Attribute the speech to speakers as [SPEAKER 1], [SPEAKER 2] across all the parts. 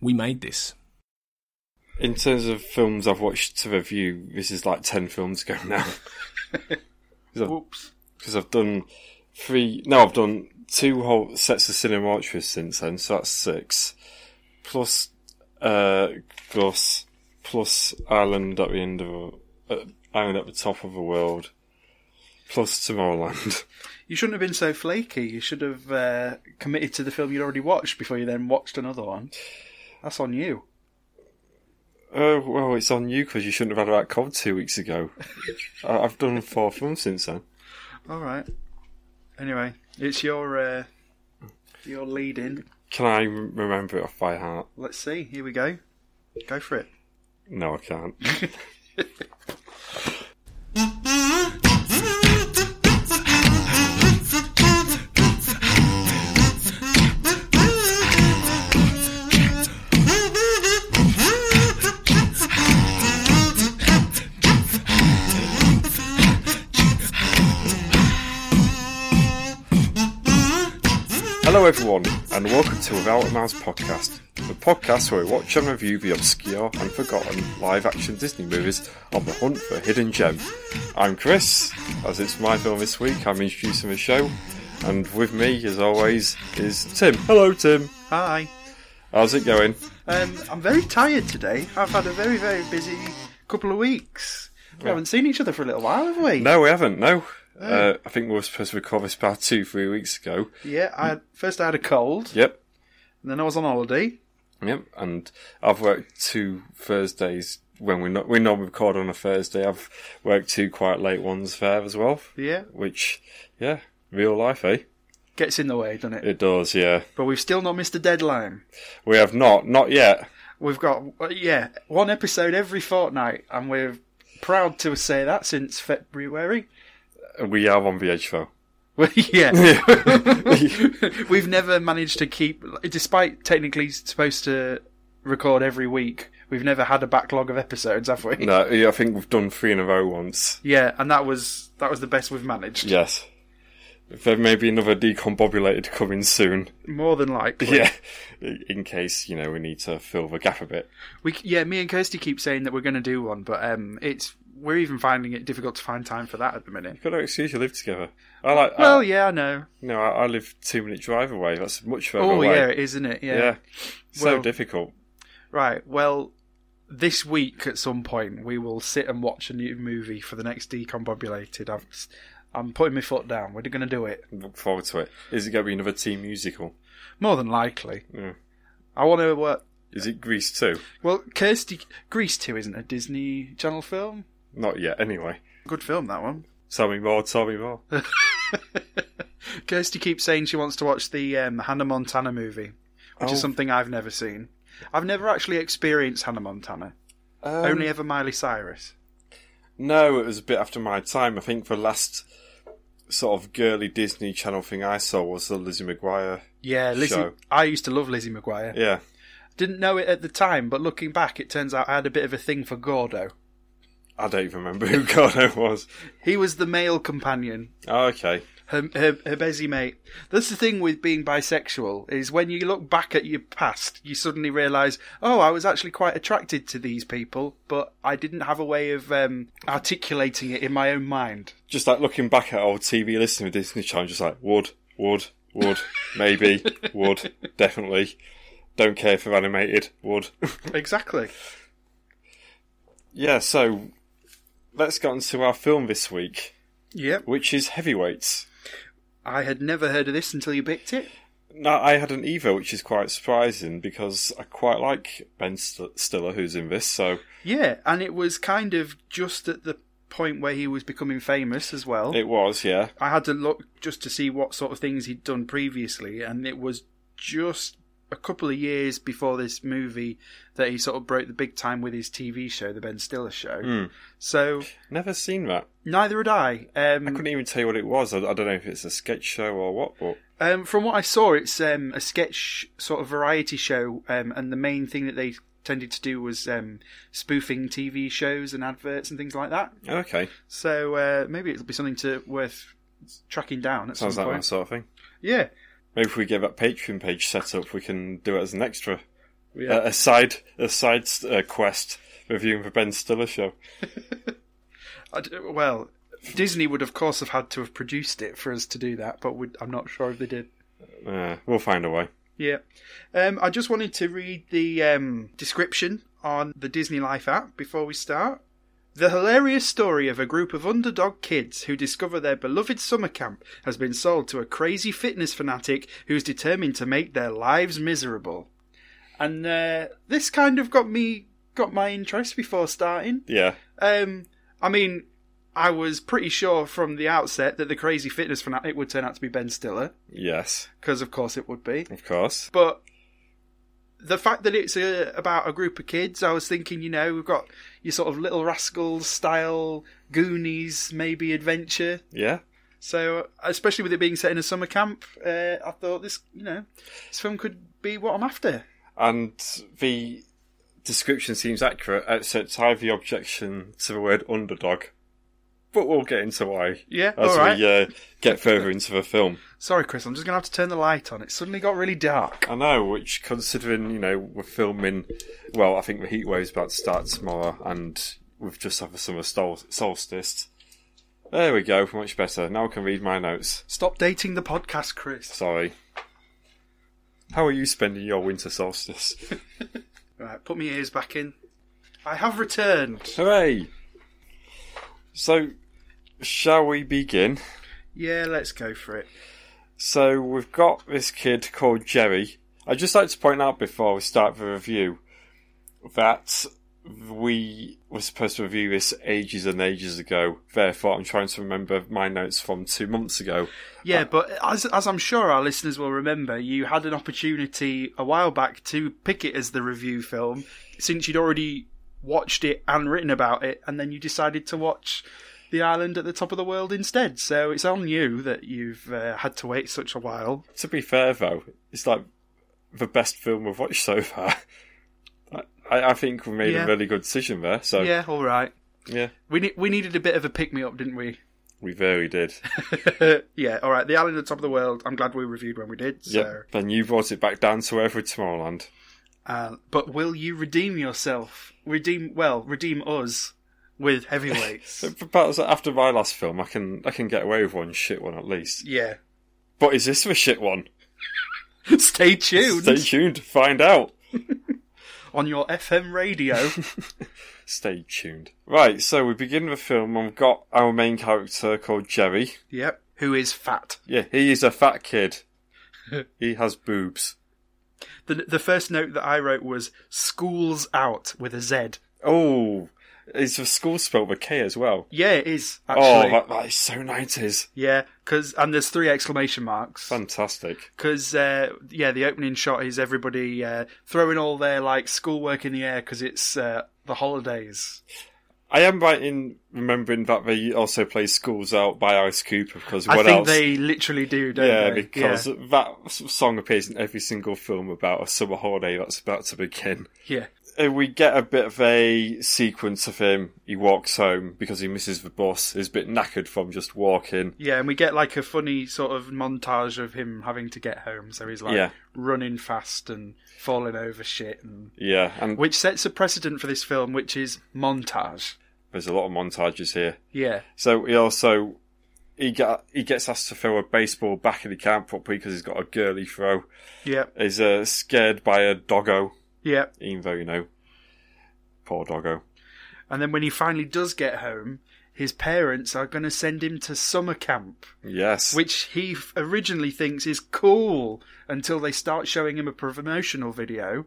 [SPEAKER 1] we made this.
[SPEAKER 2] In terms of films I've watched to review, this is like 10 films ago now.
[SPEAKER 3] Whoops.
[SPEAKER 2] Because I've done three. No, I've done two whole sets of Cinema Archivist since then, so that's six. Plus, uh, Gloss. Plus Island at the end of. Uh, Island at the top of the world. Plus Tomorrowland.
[SPEAKER 3] You shouldn't have been so flaky. You should have uh, committed to the film you'd already watched before you then watched another one. That's on you.
[SPEAKER 2] Oh, well, it's on you because you shouldn't have had that cold two weeks ago. I- I've done four films since then.
[SPEAKER 3] All right. Anyway, it's your uh, your lead in.
[SPEAKER 2] Can I rem- remember it off by heart?
[SPEAKER 3] Let's see. Here we go. Go for it.
[SPEAKER 2] No, I can't. Hello, everyone, and welcome to Without a Mouse podcast, the podcast where we watch and review the obscure and forgotten live action Disney movies on the hunt for a hidden gem. I'm Chris, as it's my film this week, I'm introducing the show, and with me, as always, is Tim. Hello, Tim.
[SPEAKER 3] Hi.
[SPEAKER 2] How's it going?
[SPEAKER 3] Um, I'm very tired today. I've had a very very busy couple of weeks. We haven't seen each other for a little while, have we?
[SPEAKER 2] No, we haven't, no. Uh, I think we were supposed to record this about two, three weeks ago.
[SPEAKER 3] Yeah. I first I had a cold,
[SPEAKER 2] Yep,
[SPEAKER 3] and then I was on holiday.
[SPEAKER 2] Yep, and I've worked two Thursdays when we're not we normally record on a Thursday. I've worked two quite late ones there as well,
[SPEAKER 3] Yeah.
[SPEAKER 2] which yeah, real life, eh?
[SPEAKER 3] Gets in the way, doesn't it?
[SPEAKER 2] It does, yeah.
[SPEAKER 3] But we've still not missed a deadline.
[SPEAKER 2] We have not, not yet.
[SPEAKER 3] We've got uh, yeah one episode every fortnight, and we're proud to say that since February.
[SPEAKER 2] We are on the edge though.
[SPEAKER 3] Well, yeah, we've never managed to keep, despite technically supposed to record every week. We've never had a backlog of episodes, have we?
[SPEAKER 2] no, yeah, I think we've done three in a row once.
[SPEAKER 3] Yeah, and that was that was the best we've managed.
[SPEAKER 2] Yes. There may be another decombobulated coming soon.
[SPEAKER 3] More than likely.
[SPEAKER 2] Yeah. In case, you know, we need to fill the gap a bit.
[SPEAKER 3] We c- yeah, me and Kirsty keep saying that we're going to do one, but um, it's we're even finding it difficult to find time for that at the minute.
[SPEAKER 2] You've got no excuse, you live together. I like
[SPEAKER 3] Well,
[SPEAKER 2] I,
[SPEAKER 3] yeah, I know.
[SPEAKER 2] no, I, I live two minute drive away, that's much further
[SPEAKER 3] Oh
[SPEAKER 2] away.
[SPEAKER 3] yeah, it is, isn't it?
[SPEAKER 2] Yeah. So
[SPEAKER 3] Well-
[SPEAKER 2] difficult.
[SPEAKER 3] Right. Well, this week at some point we will sit and watch a new movie for the next decombobulated. I've, I'm putting my foot down. We're going to do it.
[SPEAKER 2] Look forward to it. Is it going to be another team musical?
[SPEAKER 3] More than likely.
[SPEAKER 2] Yeah.
[SPEAKER 3] I want to. Uh,
[SPEAKER 2] Is it Grease too?
[SPEAKER 3] well, Kirsty Grease Two isn't a Disney Channel film.
[SPEAKER 2] Not yet, anyway.
[SPEAKER 3] Good film that one.
[SPEAKER 2] Tell me more, tell me more.
[SPEAKER 3] Kirsty keeps saying she wants to watch the um, Hannah Montana movie, which
[SPEAKER 2] Oh.
[SPEAKER 3] is something I've never seen. I've never actually experienced Hannah Montana.
[SPEAKER 2] Um,
[SPEAKER 3] Only ever Miley Cyrus.
[SPEAKER 2] No, it was a bit after my time. I think the last sort of girly Disney Channel thing I saw was the Lizzie McGuire.
[SPEAKER 3] Yeah, Lizzie.
[SPEAKER 2] show.
[SPEAKER 3] I used to love Lizzie McGuire.
[SPEAKER 2] Yeah.
[SPEAKER 3] Didn't know it at the time, but looking back, it turns out I had a bit of a thing for Gordo.
[SPEAKER 2] I don't even remember who Gordo was.
[SPEAKER 3] He was the male companion,
[SPEAKER 2] Oh, okay.
[SPEAKER 3] her, her, her busy mate. That's the thing with being bisexual, is when you look back at your past, you suddenly realise, oh, I was actually quite attracted to these people, but I didn't have a way of um, articulating it in my own mind.
[SPEAKER 2] Just like looking back at old TV listening to Disney Channel, just like, would, would, would, maybe, would, definitely. Don't care if they're animated, would.
[SPEAKER 3] Exactly.
[SPEAKER 2] Yeah, so let's get on to our film this week,
[SPEAKER 3] Yep.
[SPEAKER 2] which is Heavyweights.
[SPEAKER 3] I had never heard of this until you picked it.
[SPEAKER 2] Now, I had an Evo, which is quite surprising because I quite like Ben St- Stiller, who's in this, so
[SPEAKER 3] Yeah, and it was kind of just at the point where he was becoming famous as well.
[SPEAKER 2] it was, yeah.
[SPEAKER 3] I had to look just to see what sort of things he'd done previously, and it was just a couple of years before this movie that he sort of broke the big time with his TV show, The Ben Stiller Show.
[SPEAKER 2] Hmm.
[SPEAKER 3] So
[SPEAKER 2] Never seen that.
[SPEAKER 3] neither had I.
[SPEAKER 2] I
[SPEAKER 3] Um,
[SPEAKER 2] couldn't even tell you what it was. I, I don't know if it's a sketch show or what, but
[SPEAKER 3] um, from what I saw, it's um, a sketch sort of variety show, um, and the main thing that they tended to do was um, spoofing TV shows and adverts and things like that.
[SPEAKER 2] okay.
[SPEAKER 3] So uh, maybe it'll be something to worth tracking down at
[SPEAKER 2] Sounds
[SPEAKER 3] some
[SPEAKER 2] like
[SPEAKER 3] point.
[SPEAKER 2] that sort of thing.
[SPEAKER 3] Yeah.
[SPEAKER 2] Maybe if we get that Patreon page set up, we can do it as an extra.
[SPEAKER 3] Yeah.
[SPEAKER 2] a, a side a side uh, quest reviewing the Ben Stiller show.
[SPEAKER 3] I d- well, Disney would, of course, have had to have produced it for us to do that, but we, I'm not sure if they did.
[SPEAKER 2] Uh, we'll find a way.
[SPEAKER 3] Yeah. Um, I just wanted to read the um, description on the Disney Life app before we start. The hilarious story of a group of underdog kids who discover their beloved summer camp has been sold to a crazy fitness fanatic who's determined to make their lives miserable. And uh, this kind of got me got my interest before starting.
[SPEAKER 2] Yeah,
[SPEAKER 3] Um, I mean, I was pretty sure from the outset that the crazy fitness fanatic would turn out to be Ben Stiller,
[SPEAKER 2] yes,
[SPEAKER 3] because of course it would be.
[SPEAKER 2] of course.
[SPEAKER 3] But the fact that it's uh about a group of kids, I was thinking, you know, we've got your sort of Little Rascals style Goonies maybe adventure.
[SPEAKER 2] Yeah,
[SPEAKER 3] So, especially with it being set in a summer camp, uh, I thought this, you know, this film could be what I'm after.
[SPEAKER 2] and the description seems accurate, except I have the objection to the word underdog. But we'll get into why
[SPEAKER 3] Yeah,
[SPEAKER 2] as
[SPEAKER 3] all right.
[SPEAKER 2] we uh, get further into the film.
[SPEAKER 3] Sorry, Chris, I'm just gonna have to turn the light on. It suddenly got really dark.
[SPEAKER 2] I know, which considering, you know, we're filming, well, I think the heat wave's about to start tomorrow and we've just had the summer sol- solstice. There we go, much better. Now I can read my notes.
[SPEAKER 3] Stop dating the podcast, Chris.
[SPEAKER 2] Sorry. How are you spending your winter solstice?
[SPEAKER 3] Right, put my ears back in. I have returned.
[SPEAKER 2] Hooray! So, shall we begin?
[SPEAKER 3] Yeah, let's go for it.
[SPEAKER 2] So we've got this kid called Jerry. I'd just like to point out before we start the review that we were supposed to review this ages and ages ago. Therefore, I'm trying to remember my notes from two months ago.
[SPEAKER 3] Yeah, but as as I'm sure our listeners will remember, you had an opportunity a while back to pick it as the review film since you'd already watched it and written about it, and then you decided to watch The Island at the Top of the World instead. So it's on you that you've uh, had to wait such a while.
[SPEAKER 2] To be fair, though, it's like the best film we've watched so far. I, I think we made
[SPEAKER 3] Yeah.
[SPEAKER 2] a really good decision there. So yeah,
[SPEAKER 3] Yeah, all right. We ne- we needed a bit of a pick me up, didn't we?
[SPEAKER 2] we very did.
[SPEAKER 3] yeah, all right. The Island at the Top of the World. I'm glad we reviewed when we did. So.
[SPEAKER 2] yep. Then you brought it back down to Every Tomorrowland.
[SPEAKER 3] Uh, but will you redeem yourself? Redeem well, redeem us with heavyweights.
[SPEAKER 2] Perhaps after my last film, I can I can get away with one shit one at least.
[SPEAKER 3] yeah.
[SPEAKER 2] But is this the shit one?
[SPEAKER 3] Stay tuned
[SPEAKER 2] Stay tuned to find out.
[SPEAKER 3] on your FM radio.
[SPEAKER 2] Stay tuned. Right, so we begin the film and we've got our main character called Jerry.
[SPEAKER 3] yep. Who is fat?
[SPEAKER 2] Yeah, he is a fat kid. he has boobs.
[SPEAKER 3] The the first note that I wrote was "schools out" with a Z.
[SPEAKER 2] Oh, is the school spelled with K as well?
[SPEAKER 3] Yeah, it is
[SPEAKER 2] Oh,
[SPEAKER 3] actually.
[SPEAKER 2] that, that is so 90s.
[SPEAKER 3] Yeah, because and there's three exclamation marks.
[SPEAKER 2] Fantastic.
[SPEAKER 3] Because uh, yeah, the opening shot is everybody uh, throwing all their like schoolwork in the air because it's uh, the holidays.
[SPEAKER 2] I am right in remembering that they also play Schools Out by Ice Cooper because what
[SPEAKER 3] I think
[SPEAKER 2] else?
[SPEAKER 3] they literally do, don't
[SPEAKER 2] yeah,
[SPEAKER 3] they?
[SPEAKER 2] because that s- song appears in every single film about a summer holiday that's about to begin.
[SPEAKER 3] yeah,
[SPEAKER 2] Uh, we get a bit of a sequence of him. He walks home because he misses the bus. He's a bit knackered from just walking.
[SPEAKER 3] Yeah, and we get like a funny sort of montage of him having to get home. So he's like
[SPEAKER 2] Yeah.
[SPEAKER 3] running fast and falling over shit, and
[SPEAKER 2] Yeah, and
[SPEAKER 3] which sets a precedent for this film, which is montage.
[SPEAKER 2] there's a lot of montages here.
[SPEAKER 3] Yeah,
[SPEAKER 2] So he also he get, he gets asked to throw a baseball back and he can't properly because he's got a girly throw.
[SPEAKER 3] yeah,
[SPEAKER 2] He's uh, scared by a doggo,
[SPEAKER 3] yeah.
[SPEAKER 2] even though you know, poor doggo.
[SPEAKER 3] And then when he finally does get home, his parents are going to send him to summer camp,
[SPEAKER 2] Yes,
[SPEAKER 3] which he f- originally thinks is cool until they start showing him a promotional video.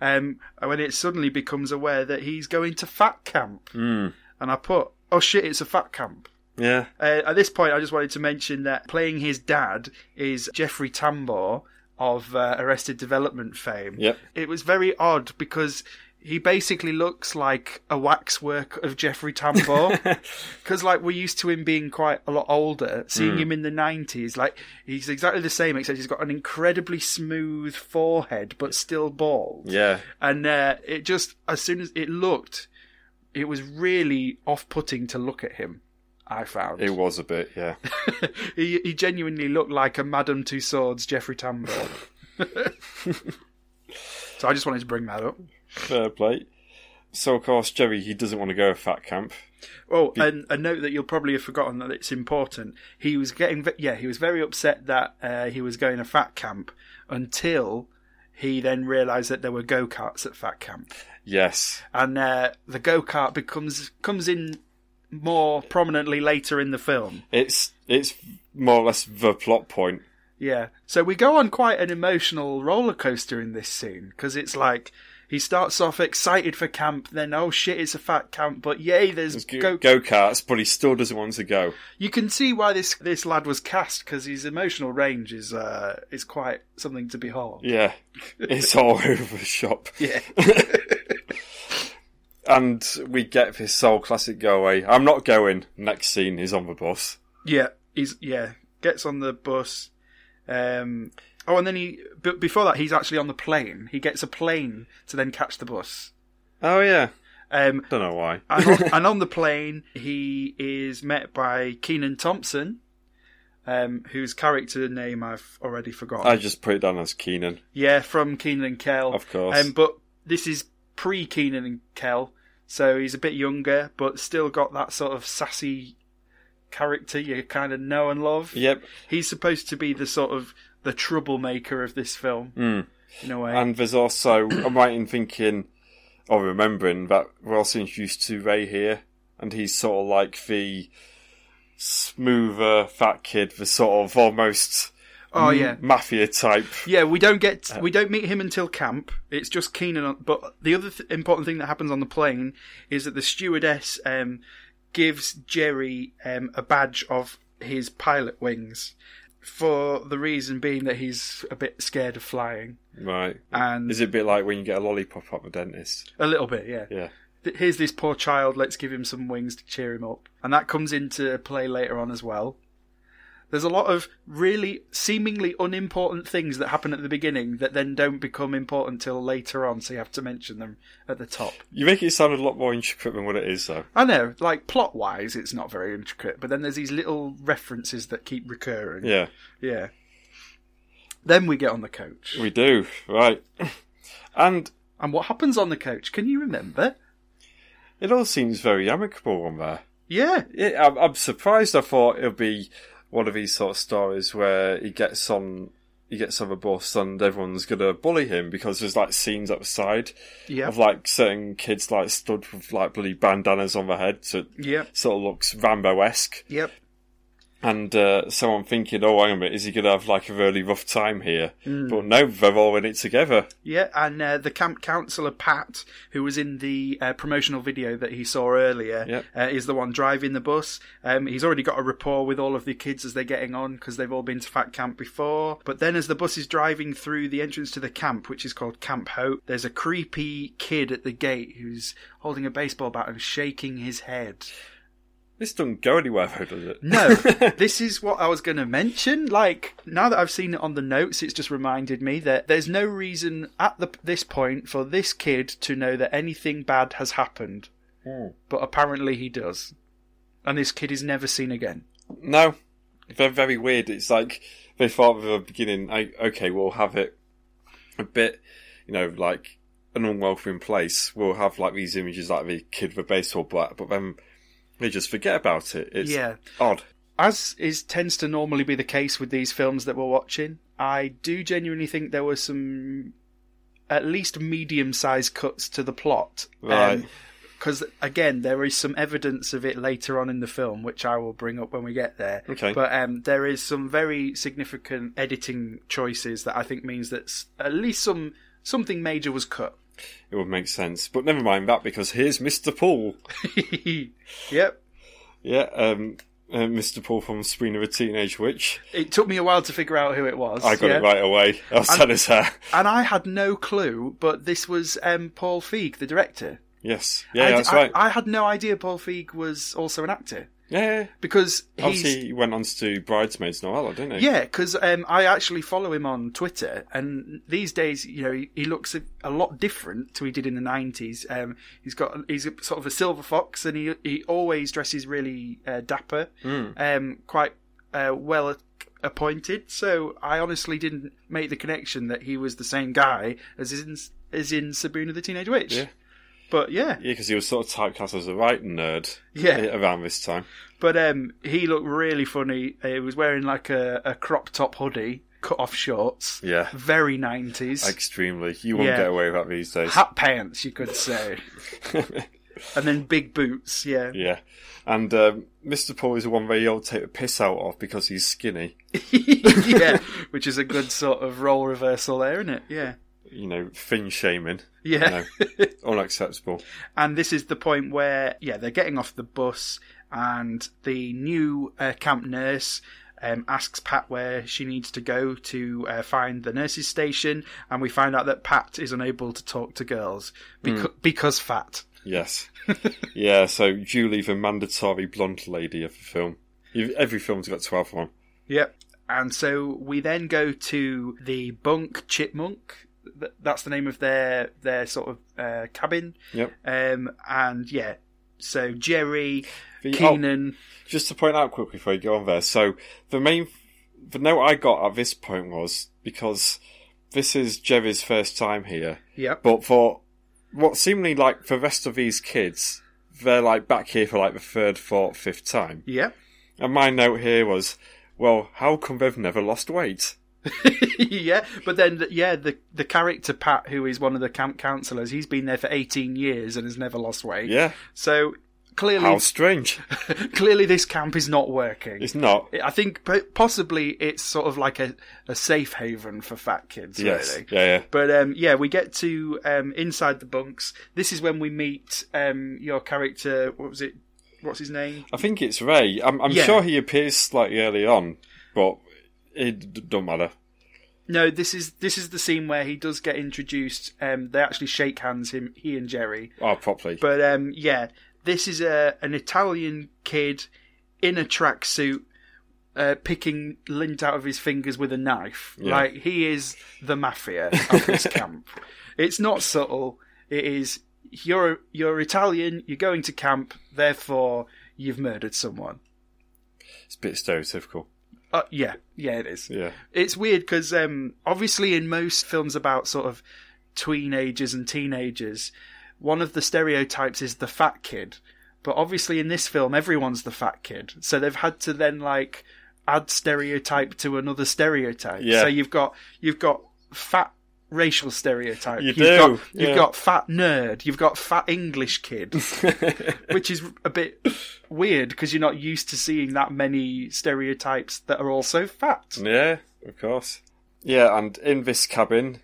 [SPEAKER 3] Um, and when it suddenly becomes aware that he's going to fat camp,
[SPEAKER 2] Mm.
[SPEAKER 3] and I put, "Oh shit, it's a fat camp."
[SPEAKER 2] yeah,
[SPEAKER 3] Uh, at this point, I just wanted to mention that playing his dad is Jeffrey Tambor of uh, Arrested Development fame.
[SPEAKER 2] Yep.
[SPEAKER 3] It was very odd because he basically looks like a waxwork of Jeffrey Tambor. Because, like, we're used to him being quite a lot older. Seeing him in the 90s, like, he's exactly the same, except he's got an incredibly smooth forehead, but still bald
[SPEAKER 2] yeah.
[SPEAKER 3] and uh, it just as soon as it looked, it was really off-putting to look at him. I found
[SPEAKER 2] It was a bit, yeah.
[SPEAKER 3] he, he genuinely looked like a Madame Tussauds Jeffrey Tambor. So I just wanted to bring that up.
[SPEAKER 2] Fair play. So of course Jerry he doesn't want to go to fat camp.
[SPEAKER 3] Oh, and a note that you'll probably have forgotten that it's important. He was getting, ve- yeah, he was very upset that uh, he was going to fat camp until he then realised that there were go karts at fat camp,
[SPEAKER 2] Yes.
[SPEAKER 3] and uh, the go kart becomes comes in more prominently later in the film.
[SPEAKER 2] It's it's more or less the plot point.
[SPEAKER 3] Yeah, so we go on quite an emotional roller coaster in this scene because it's like. He starts off excited for camp, then oh shit, it's a fat camp, but yay, there's
[SPEAKER 2] Go
[SPEAKER 3] go
[SPEAKER 2] karts, but he still doesn't want to go.
[SPEAKER 3] You can see why this this lad was cast because his emotional range is uh, is quite something to behold.
[SPEAKER 2] Yeah. It's all over the shop.
[SPEAKER 3] Yeah,
[SPEAKER 2] And we get this soul classic go away. I'm not going. Next scene is on the bus.
[SPEAKER 3] yeah, he's yeah gets on the bus. Um, oh, and then he but before that he's actually on the plane. He gets a plane to then catch the bus.
[SPEAKER 2] Oh yeah.
[SPEAKER 3] Um,
[SPEAKER 2] Don't know why.
[SPEAKER 3] and, on, and on the plane he is met by Keenan Thompson, um, whose character name I've already forgotten.
[SPEAKER 2] I just put it down as Keenan.
[SPEAKER 3] Yeah, from Keenan and Kel.
[SPEAKER 2] Of course.
[SPEAKER 3] Um, but this is pre Keenan and Kel, so he's a bit younger, but still got that sort of sassy character you kind of know and love.
[SPEAKER 2] Yep.
[SPEAKER 3] He's supposed to be the sort of the troublemaker of this film in a way.
[SPEAKER 2] Hmm. And there's also I'm right in thinking or remembering that we're also introduced to Ray here, and he's sort of like the smoother fat kid, the sort of almost
[SPEAKER 3] oh yeah.
[SPEAKER 2] mafia type.
[SPEAKER 3] Yeah, we don't get we don't meet him until camp. It's just Keenan. on- But the other th- important thing that happens on the plane is that the stewardess um, gives Jerry um, a badge of his pilot wings, for the reason being that he's a bit scared of flying
[SPEAKER 2] Right.
[SPEAKER 3] and
[SPEAKER 2] Is it a bit like when you get a lollipop at the dentist?
[SPEAKER 3] a little bit, yeah.
[SPEAKER 2] Yeah.
[SPEAKER 3] Th- Here's this poor child. Let's give him some wings to cheer him up, and that comes into play later on as well. There's a lot of really seemingly unimportant things that happen at the beginning that then don't become important till later on, so you have to mention them at the top.
[SPEAKER 2] You make it sound a lot more intricate than what it is, though.
[SPEAKER 3] I know, like plot wise, it's not very intricate, but then there's these little references that keep recurring.
[SPEAKER 2] Yeah,
[SPEAKER 3] Yeah. Then we get on the coach.
[SPEAKER 2] we do. Right. And
[SPEAKER 3] And what happens on the coach? Can you remember?
[SPEAKER 2] it all seems very amicable on there.
[SPEAKER 3] Yeah.
[SPEAKER 2] It, I'm, I'm surprised. I thought it'd be one of these sort of stories where he gets on, he gets on the bus, and everyone's gonna bully him because there's like scenes outside
[SPEAKER 3] Yeah.
[SPEAKER 2] of like certain kids like stood with like bloody bandanas on their head, so it
[SPEAKER 3] Yep.
[SPEAKER 2] sort of looks Rambo-esque.
[SPEAKER 3] Yep.
[SPEAKER 2] And uh, so I'm thinking, oh, hang on a minute, is he gonna have like a really rough time here?
[SPEAKER 3] Hmm.
[SPEAKER 2] But no, they're all in it together.
[SPEAKER 3] Yeah, and uh, the camp counselor Pat, who was in the uh, promotional video that he saw earlier,
[SPEAKER 2] Yep.
[SPEAKER 3] uh, is the one driving the bus. Um, he's already got a rapport with all of the kids as they're getting on because they've all been to Fat Camp before. But then, as the bus is driving through the entrance to the camp, which is called Camp Hope, there's a creepy kid at the gate who's holding a baseball bat and shaking his head.
[SPEAKER 2] This doesn't go anywhere, though, does it?
[SPEAKER 3] No, this is what I was going to mention. Like now that I've seen it on the notes, it's just reminded me that there's no reason at the, this point for this kid to know that anything bad has happened, but apparently he does, and this kid is never seen again.
[SPEAKER 2] No, they're very weird. It's like they thought at the beginning, I, okay, we'll have it a bit, you know, like an unwelcoming place. We'll have like these images, like the kid with the baseball bat, but then they just forget about it. It's
[SPEAKER 3] Yeah.
[SPEAKER 2] odd.
[SPEAKER 3] as is tends to normally be the case with these films that we're watching, I do genuinely think there were some at least medium-sized cuts to the plot. Um,
[SPEAKER 2] Right.
[SPEAKER 3] Because again, there is some evidence of it later on in the film, which I will bring up when we get there.
[SPEAKER 2] Okay.
[SPEAKER 3] But um, there is some very significant editing choices that I think means that s- at least some something major was cut.
[SPEAKER 2] It would make sense, but never mind that because here's Mr. Paul.
[SPEAKER 3] yep.
[SPEAKER 2] Yeah, um, uh, Mr. Paul from Spring of a Teenage Witch.
[SPEAKER 3] It took me a while to figure out who it was.
[SPEAKER 2] I got
[SPEAKER 3] yeah.
[SPEAKER 2] it right away. I was telling his hair.
[SPEAKER 3] and I had no clue, but this was um, Paul Feig, the director.
[SPEAKER 2] Yes, yeah,
[SPEAKER 3] I,
[SPEAKER 2] that's
[SPEAKER 3] I-
[SPEAKER 2] right.
[SPEAKER 3] I had no idea Paul Feig was also an actor
[SPEAKER 2] yeah, yeah.
[SPEAKER 3] because
[SPEAKER 2] obviously
[SPEAKER 3] he's
[SPEAKER 2] he went on to do Bridesmaids and all that, didn't he?
[SPEAKER 3] yeah, because um, I actually follow him on Twitter, and these days, you know, he, he looks a, a lot different to he did in the nineties. Um, he's got he's a, sort of a silver fox, and he he always dresses really uh, dapper,
[SPEAKER 2] Hmm.
[SPEAKER 3] um, quite uh, well appointed. So I honestly didn't make the connection that he was the same guy as in is in Sabrina the Teenage Witch.
[SPEAKER 2] Yeah.
[SPEAKER 3] But yeah,
[SPEAKER 2] Yeah, because he was sort of typecast as a right nerd
[SPEAKER 3] Yeah.
[SPEAKER 2] around this time.
[SPEAKER 3] But um, he looked really funny. He was wearing like a, a crop top hoodie, cut off shorts.
[SPEAKER 2] Yeah.
[SPEAKER 3] Very 90s.
[SPEAKER 2] Extremely. You won't
[SPEAKER 3] Yeah.
[SPEAKER 2] get away with that these days.
[SPEAKER 3] Hat pants, you could say. and then big boots, yeah.
[SPEAKER 2] yeah. And um, Mr. Paul is the one where you'll take the piss out of because he's skinny.
[SPEAKER 3] yeah. Which is a good sort of role reversal there, isn't it? Yeah.
[SPEAKER 2] You know, thin shaming.
[SPEAKER 3] Yeah.
[SPEAKER 2] No. Unacceptable.
[SPEAKER 3] And this is the point where, yeah, they're getting off the bus, and the new uh, camp nurse um, asks Pat where she needs to go to uh, find the nurse's station, and we find out that Pat is unable to talk to girls becau- because fat.
[SPEAKER 2] Yes. yeah, so Julie, the mandatory blonde lady of the film. You- Every film's got 12 on.
[SPEAKER 3] Yep. And so we then go to the bunk chipmunk. Th- That's the name of their their sort of uh, cabin.
[SPEAKER 2] Yep.
[SPEAKER 3] Um, and yeah, so Jerry,
[SPEAKER 2] The- oh,
[SPEAKER 3] Keenan,
[SPEAKER 2] just to point out quickly before you go on there. So the main, the note I got at this point was because this is Jerry's first time here,
[SPEAKER 3] yep,
[SPEAKER 2] but for what seemingly like the rest of these kids, they're like back here for like the third, fourth, fifth time.
[SPEAKER 3] yep,
[SPEAKER 2] And my note here was, well, how come they've never lost weight?
[SPEAKER 3] yeah, but then th- yeah, the the character Pat, who is one of the camp counselors, he's been there for eighteen years and has never lost weight.
[SPEAKER 2] Yeah,
[SPEAKER 3] So clearly,
[SPEAKER 2] how strange.
[SPEAKER 3] clearly this camp is not working.
[SPEAKER 2] It's not.
[SPEAKER 3] I think po- possibly it's sort of like a, a safe haven for fat kids.
[SPEAKER 2] Yes.
[SPEAKER 3] Really.
[SPEAKER 2] Yeah, yeah.
[SPEAKER 3] But um, yeah, we get to um, inside the bunks. This is when we meet um, your character. What was it? What's his name?
[SPEAKER 2] I think it's Ray. I'm, I'm
[SPEAKER 3] Yeah.
[SPEAKER 2] sure he appears slightly early on, but it d- don't matter.
[SPEAKER 3] No, this is this is the scene where he does get introduced. Um, they actually shake hands. Him, he and Jerry.
[SPEAKER 2] Oh, properly.
[SPEAKER 3] But um, yeah, this is a an Italian kid in a tracksuit uh, picking lint out of his fingers with a knife.
[SPEAKER 2] Yeah.
[SPEAKER 3] Like he is the mafia of this camp. It's not subtle. It is you're you're Italian. You're going to camp. Therefore, you've murdered someone.
[SPEAKER 2] It's a bit stereotypical.
[SPEAKER 3] Uh, yeah, yeah, it is.
[SPEAKER 2] Yeah.
[SPEAKER 3] It's weird because um, obviously in most films about sort of tweenagers and teenagers, one of the stereotypes is the fat kid. But obviously in this film, everyone's the fat kid, so they've had to then like add stereotype to another stereotype.
[SPEAKER 2] Yeah.
[SPEAKER 3] So you've got you've got fat racial stereotype.
[SPEAKER 2] You
[SPEAKER 3] have
[SPEAKER 2] do,
[SPEAKER 3] Got, you've
[SPEAKER 2] yeah.
[SPEAKER 3] got fat nerd. You've got fat English kid, which is a bit weird because you're not used to seeing that many stereotypes that are also fat.
[SPEAKER 2] Yeah, of course. Yeah, and in this cabin,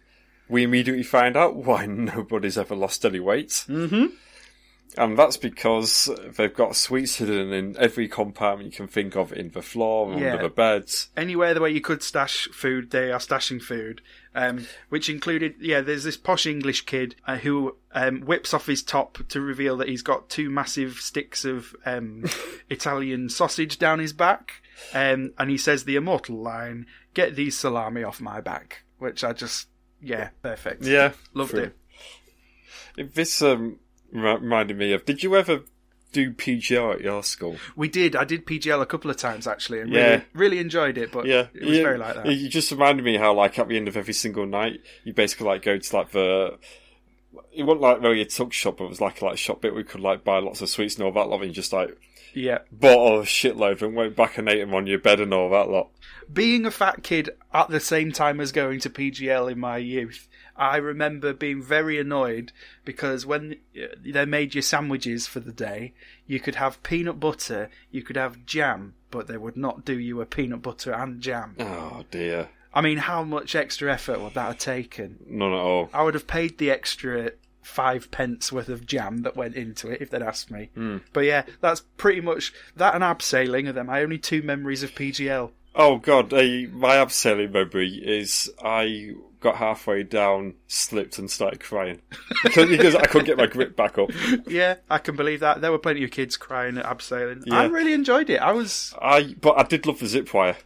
[SPEAKER 2] we immediately find out why nobody's ever lost any weight. Mm-hmm. And that's because they've got sweets hidden in every compartment you can think of in the floor,
[SPEAKER 3] Yeah.
[SPEAKER 2] under the beds.
[SPEAKER 3] anywhere the way you could stash food, they are stashing food. Um, which included, yeah, there's this posh English kid uh, who um, whips off his top to reveal that he's got two massive sticks of um, Italian sausage down his back. Um, and he says the immortal line, Get these salami off my back. Which I just, yeah, perfect.
[SPEAKER 2] Yeah.
[SPEAKER 3] Loved
[SPEAKER 2] True.
[SPEAKER 3] it.
[SPEAKER 2] If This um, re- reminded me of did you ever do PGR at your school?
[SPEAKER 3] We did. I did PGL a couple of times actually and
[SPEAKER 2] Yeah.
[SPEAKER 3] really, really enjoyed it, but
[SPEAKER 2] Yeah,
[SPEAKER 3] it was
[SPEAKER 2] yeah,
[SPEAKER 3] very like that.
[SPEAKER 2] It it just reminded me how, like, at the end of every single night, you basically like go to like the. It wasn't like really a tuck shop, but it was like a like shop bit where you could like buy lots of sweets and all that lot, and you just like
[SPEAKER 3] yeah.
[SPEAKER 2] bought a shitload and went back and ate them on your bed and all that lot.
[SPEAKER 3] being a fat kid at the same time as going to PGL in my youth, I remember being very annoyed because when uh, they made your sandwiches for the day, you could have peanut butter, you could have jam, but they would not do you a peanut butter and jam.
[SPEAKER 2] Oh dear,
[SPEAKER 3] I mean, how much extra effort would that have taken?
[SPEAKER 2] none at all.
[SPEAKER 3] I would have paid the extra five pence worth of jam that went into it if they'd asked me. But yeah, that's pretty much that and abseiling are them. I only two memories of PGL.
[SPEAKER 2] Oh god, eh, my abseiling memory is I got halfway down, slipped and started crying because, because I couldn't get my grip back up.
[SPEAKER 3] Yeah, I can believe that. There were plenty of kids crying at abseiling.
[SPEAKER 2] Yeah.
[SPEAKER 3] I really enjoyed it. I was.
[SPEAKER 2] I but I did love the zip wire.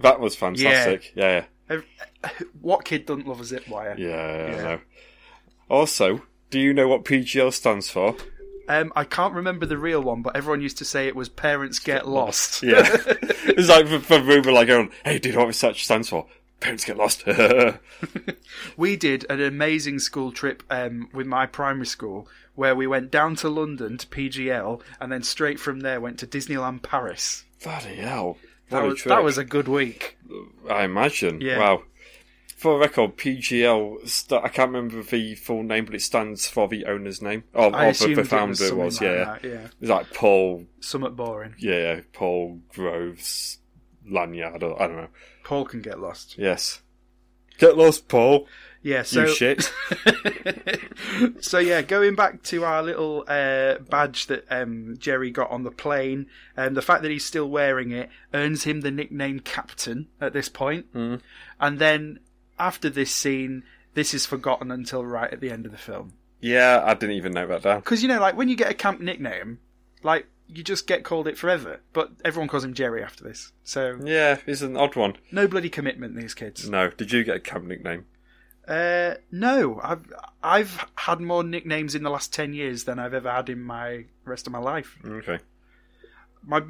[SPEAKER 2] That was fantastic. yeah. yeah.
[SPEAKER 3] ev- What kid doesn't love a zip wire?
[SPEAKER 2] Yeah,
[SPEAKER 3] Yeah.
[SPEAKER 2] I know. Also, do you know what PGL stands for?
[SPEAKER 3] Um, I can't remember the real one, but everyone used to say it was parents get lost.
[SPEAKER 2] Yeah. it's like for, for Ruben, like going, hey, do you know what research stands for? parents get lost. oh,
[SPEAKER 3] we did an amazing school trip um, with my primary school where we went down to London to PGL and then straight from there went to Disneyland Paris.
[SPEAKER 2] bloody hell!
[SPEAKER 3] That
[SPEAKER 2] What a
[SPEAKER 3] was,
[SPEAKER 2] trip.
[SPEAKER 3] that was a good week.
[SPEAKER 2] I imagine.
[SPEAKER 3] Yeah.
[SPEAKER 2] Wow. For a record, PGL. St- I can't remember the full name, but it stands for the owner's name. Oh, or
[SPEAKER 3] I
[SPEAKER 2] the,
[SPEAKER 3] assumed
[SPEAKER 2] the
[SPEAKER 3] it was
[SPEAKER 2] founder
[SPEAKER 3] something
[SPEAKER 2] was.
[SPEAKER 3] like
[SPEAKER 2] yeah,
[SPEAKER 3] that, yeah.
[SPEAKER 2] it was like Paul.
[SPEAKER 3] Somewhat boring.
[SPEAKER 2] Yeah, Paul Groves Lanyard. Or, I don't know.
[SPEAKER 3] Paul can get lost.
[SPEAKER 2] Yes. Get lost, Paul.
[SPEAKER 3] Yeah, so
[SPEAKER 2] you shit.
[SPEAKER 3] so yeah, going back to our little uh, badge that um, Jerry got on the plane, and the fact that he's still wearing it earns him the nickname Captain at this point. And then after this scene, this is forgotten until right at the end of the film,
[SPEAKER 2] yeah, I didn't even know that down.
[SPEAKER 3] because you know, like when you get a camp nickname, like you just get called it forever. But everyone calls him Jerry after this, so
[SPEAKER 2] Yeah, it's an odd one.
[SPEAKER 3] no bloody commitment these kids.
[SPEAKER 2] No, did you get a camp nickname?
[SPEAKER 3] Uh, no, I've I've had more nicknames in the last ten years than I've ever had in my rest of my life.
[SPEAKER 2] Okay.
[SPEAKER 3] my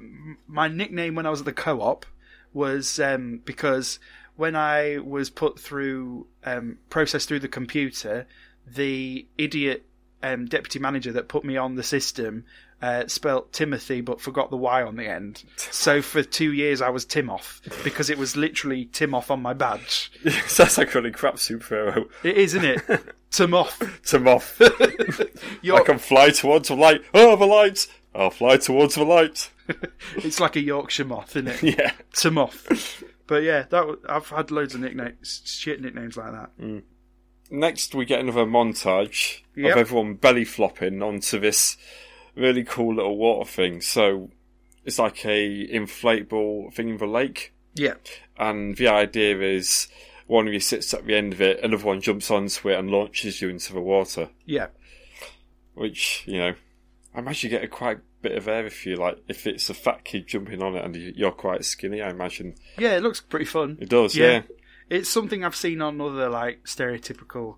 [SPEAKER 3] my nickname when I was at the co-op was um, because when I was put through um, processed through the computer, the idiot um, deputy manager that put me on the system uh, spelt Timothy but forgot the Y on the end. So for two years I was Timoff because it was literally Timoff on my badge.
[SPEAKER 2] Sounds like a really crap superhero.
[SPEAKER 3] It is, isn't it? Timoff.
[SPEAKER 2] Tim off.
[SPEAKER 3] You're,
[SPEAKER 2] I can fly towards the light. Oh, the light! I'll fly towards the light.
[SPEAKER 3] It's like a Yorkshire moth, isn't it?
[SPEAKER 2] Yeah.
[SPEAKER 3] Timoff. But yeah, that was, I've had loads of nicknames, shit nicknames like that.
[SPEAKER 2] Mm. Next, we get another montage
[SPEAKER 3] Yep.
[SPEAKER 2] of everyone belly flopping onto this really cool little water thing. So it's like a inflatable thing in the lake,
[SPEAKER 3] Yeah.
[SPEAKER 2] and the idea is one of you sits at the end of it, another one jumps onto it and launches you into the water.
[SPEAKER 3] Yeah,
[SPEAKER 2] Which you know, I imagine you get a quite bit of air if you like. If it's a fat kid jumping on it and you- you're quite skinny, I imagine
[SPEAKER 3] yeah, it looks pretty fun.
[SPEAKER 2] it does.
[SPEAKER 3] Yeah.
[SPEAKER 2] Yeah.
[SPEAKER 3] It's something I've seen on other like stereotypical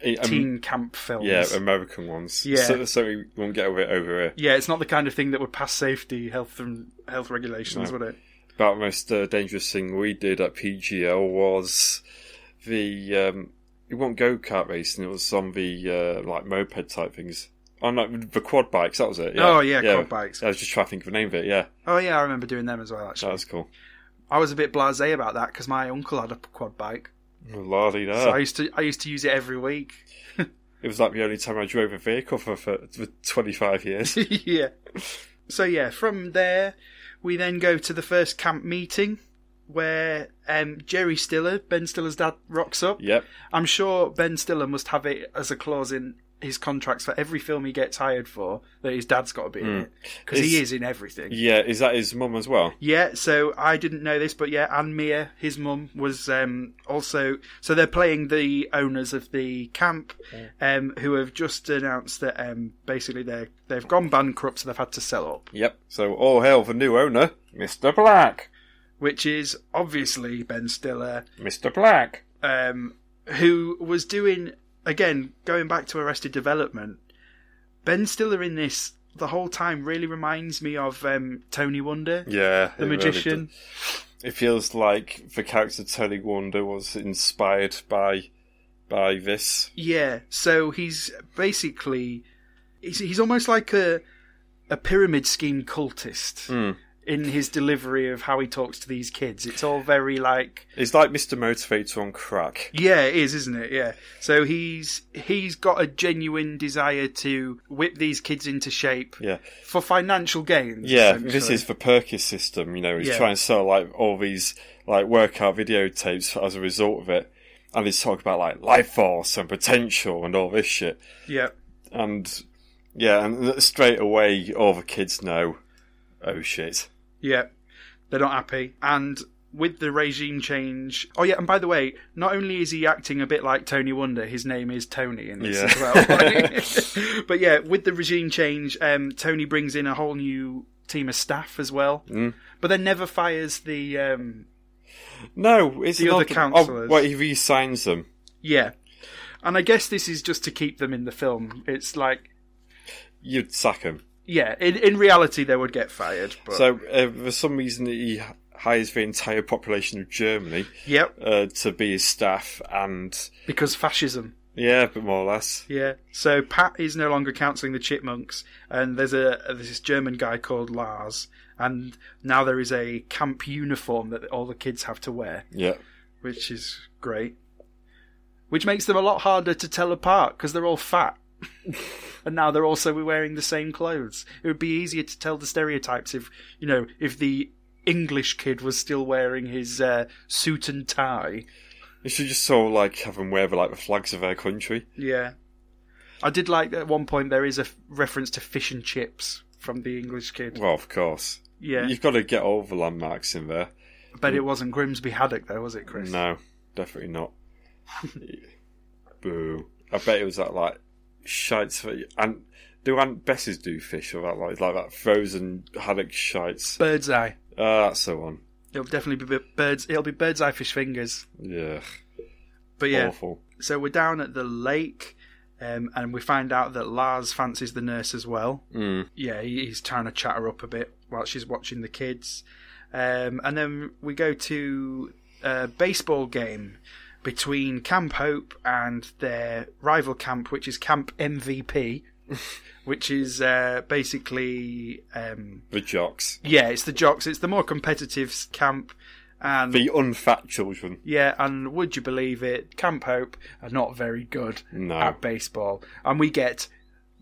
[SPEAKER 2] It- um,
[SPEAKER 3] teen camp films.
[SPEAKER 2] Yeah, um, American ones.
[SPEAKER 3] Yeah.
[SPEAKER 2] So, so we won't get over it over here.
[SPEAKER 3] yeah, it's not the kind of thing that would pass safety health and health regulations, would it?
[SPEAKER 2] About the most uh, dangerous thing we did at PGL was the um, it wasn't go kart racing. It was on the uh, like moped type things. Oh no, the quad bikes. That was it. Yeah.
[SPEAKER 3] Oh, yeah, quad bikes.
[SPEAKER 2] I was just trying to think of the name of it. Yeah,
[SPEAKER 3] Oh yeah, I remember doing them as well. Actually,
[SPEAKER 2] that was cool.
[SPEAKER 3] I was a bit blasé about that because my uncle had a quad bike,
[SPEAKER 2] La di
[SPEAKER 3] so I
[SPEAKER 2] da.
[SPEAKER 3] used to I used to use it every week.
[SPEAKER 2] It was like the only time I drove a vehicle for, for, for twenty five years.
[SPEAKER 3] yeah. So yeah, from there we then go to the first camp meeting where um, Jerry Stiller, Ben Stiller's dad, rocks up.
[SPEAKER 2] yep.
[SPEAKER 3] I'm sure Ben Stiller must have it as a clause in his contracts for every film he gets hired for that his dad's got to be in it because he
[SPEAKER 2] Hmm. It's-
[SPEAKER 3] is in everything.
[SPEAKER 2] Yeah. Is that his mum as well?
[SPEAKER 3] Yeah, so I didn't know this, but yeah, Anne Mia, his mum, was um, also. So they're playing the owners of the camp, um, who have just announced that um, basically they they've gone bankrupt, so they've had to sell up,
[SPEAKER 2] Yep. So all hail the new owner, Mister Black.
[SPEAKER 3] which is obviously Ben Stiller,
[SPEAKER 2] Mister Black.
[SPEAKER 3] um, who was doing again going back to Arrested Development. Ben Stiller in this the whole time really reminds me of um, Tony Wonder,
[SPEAKER 2] Yeah.
[SPEAKER 3] the magician.
[SPEAKER 2] it feels like the character Tony Wonder was inspired by by this.
[SPEAKER 3] yeah, so he's basically he's, he's almost like a a pyramid scheme cultist. In his delivery of how he talks to these kids, it's all very like
[SPEAKER 2] It's like Mr. Motivator on crack.
[SPEAKER 3] Yeah, it is, isn't it? Yeah. So he's he's got a genuine desire to whip these kids into shape
[SPEAKER 2] Yeah,
[SPEAKER 3] for financial gains.
[SPEAKER 2] yeah.
[SPEAKER 3] essentially.
[SPEAKER 2] This is the Perkis system. You know, he's
[SPEAKER 3] Yeah.
[SPEAKER 2] trying to sell like all these like workout videotapes as a result of it, and he's talking about like life force and potential and all this shit.
[SPEAKER 3] yeah,
[SPEAKER 2] And yeah, and straight away all the kids know. Oh shit!
[SPEAKER 3] yeah. They're not happy, and with the regime change. Oh yeah, and by the way, not only is he acting a bit like Tony Wonder, his name is Tony in this
[SPEAKER 2] Yeah.
[SPEAKER 3] as well. but yeah, with the regime change, um, Tony brings in a whole new team of staff as well,
[SPEAKER 2] Mm.
[SPEAKER 3] but then never fires the um,
[SPEAKER 2] No, it's
[SPEAKER 3] The
[SPEAKER 2] an
[SPEAKER 3] other
[SPEAKER 2] odd-
[SPEAKER 3] counsellors.
[SPEAKER 2] Oh, well, he re-signs them.
[SPEAKER 3] Yeah. And I guess this is just to keep them in the film. It's like,
[SPEAKER 2] You'd sack him.
[SPEAKER 3] yeah, in, in reality, they would get fired. But
[SPEAKER 2] So uh, for some reason he hires the entire population of Germany
[SPEAKER 3] Yep.
[SPEAKER 2] uh, to be his staff, and
[SPEAKER 3] Because fascism.
[SPEAKER 2] yeah, but more or less.
[SPEAKER 3] Yeah. So Pat is no longer counseling the chipmunks, and there's a there's this German guy called Lars, and now there is a camp uniform that all the kids have to wear,
[SPEAKER 2] Yeah,
[SPEAKER 3] which is great. Which makes them a lot harder to tell apart because they're all fat. And now they're also wearing the same clothes. It would be easier to tell the stereotypes if, you know, if the English kid was still wearing his uh, suit and tie.
[SPEAKER 2] you should just sort of like have them wear the, like the flags of their country.
[SPEAKER 3] Yeah. I did like that at one point there is a f- reference to fish and chips from the English kid.
[SPEAKER 2] Well, of course,
[SPEAKER 3] Yeah.
[SPEAKER 2] you've got to get all the landmarks in there.
[SPEAKER 3] But it wasn't Grimsby Haddock though, was it, Chris?
[SPEAKER 2] No, definitely not. Boo! I bet it was that like shites for and do Aunt Bess's do fish or that like like that frozen haddock shites?
[SPEAKER 3] Bird's eye.
[SPEAKER 2] Ah, that's the one.
[SPEAKER 3] It'll definitely be bi- birds it'll be bird's eye fish fingers.
[SPEAKER 2] Yeah,
[SPEAKER 3] But yeah.
[SPEAKER 2] awful.
[SPEAKER 3] So we're down at the lake um, and we find out that Lars fancies the nurse as well.
[SPEAKER 2] Mm.
[SPEAKER 3] yeah, he- he's trying to chat her up a bit while she's watching the kids. Um, and then we go to a baseball game between Camp Hope and their rival camp, which is Camp MVP, which is uh, basically um,
[SPEAKER 2] The jocks,
[SPEAKER 3] yeah, it's the jocks, it's the more competitive s- camp, and
[SPEAKER 2] the unfat children.
[SPEAKER 3] yeah, and would you believe it, Camp Hope are not very good
[SPEAKER 2] No.
[SPEAKER 3] at baseball. And we get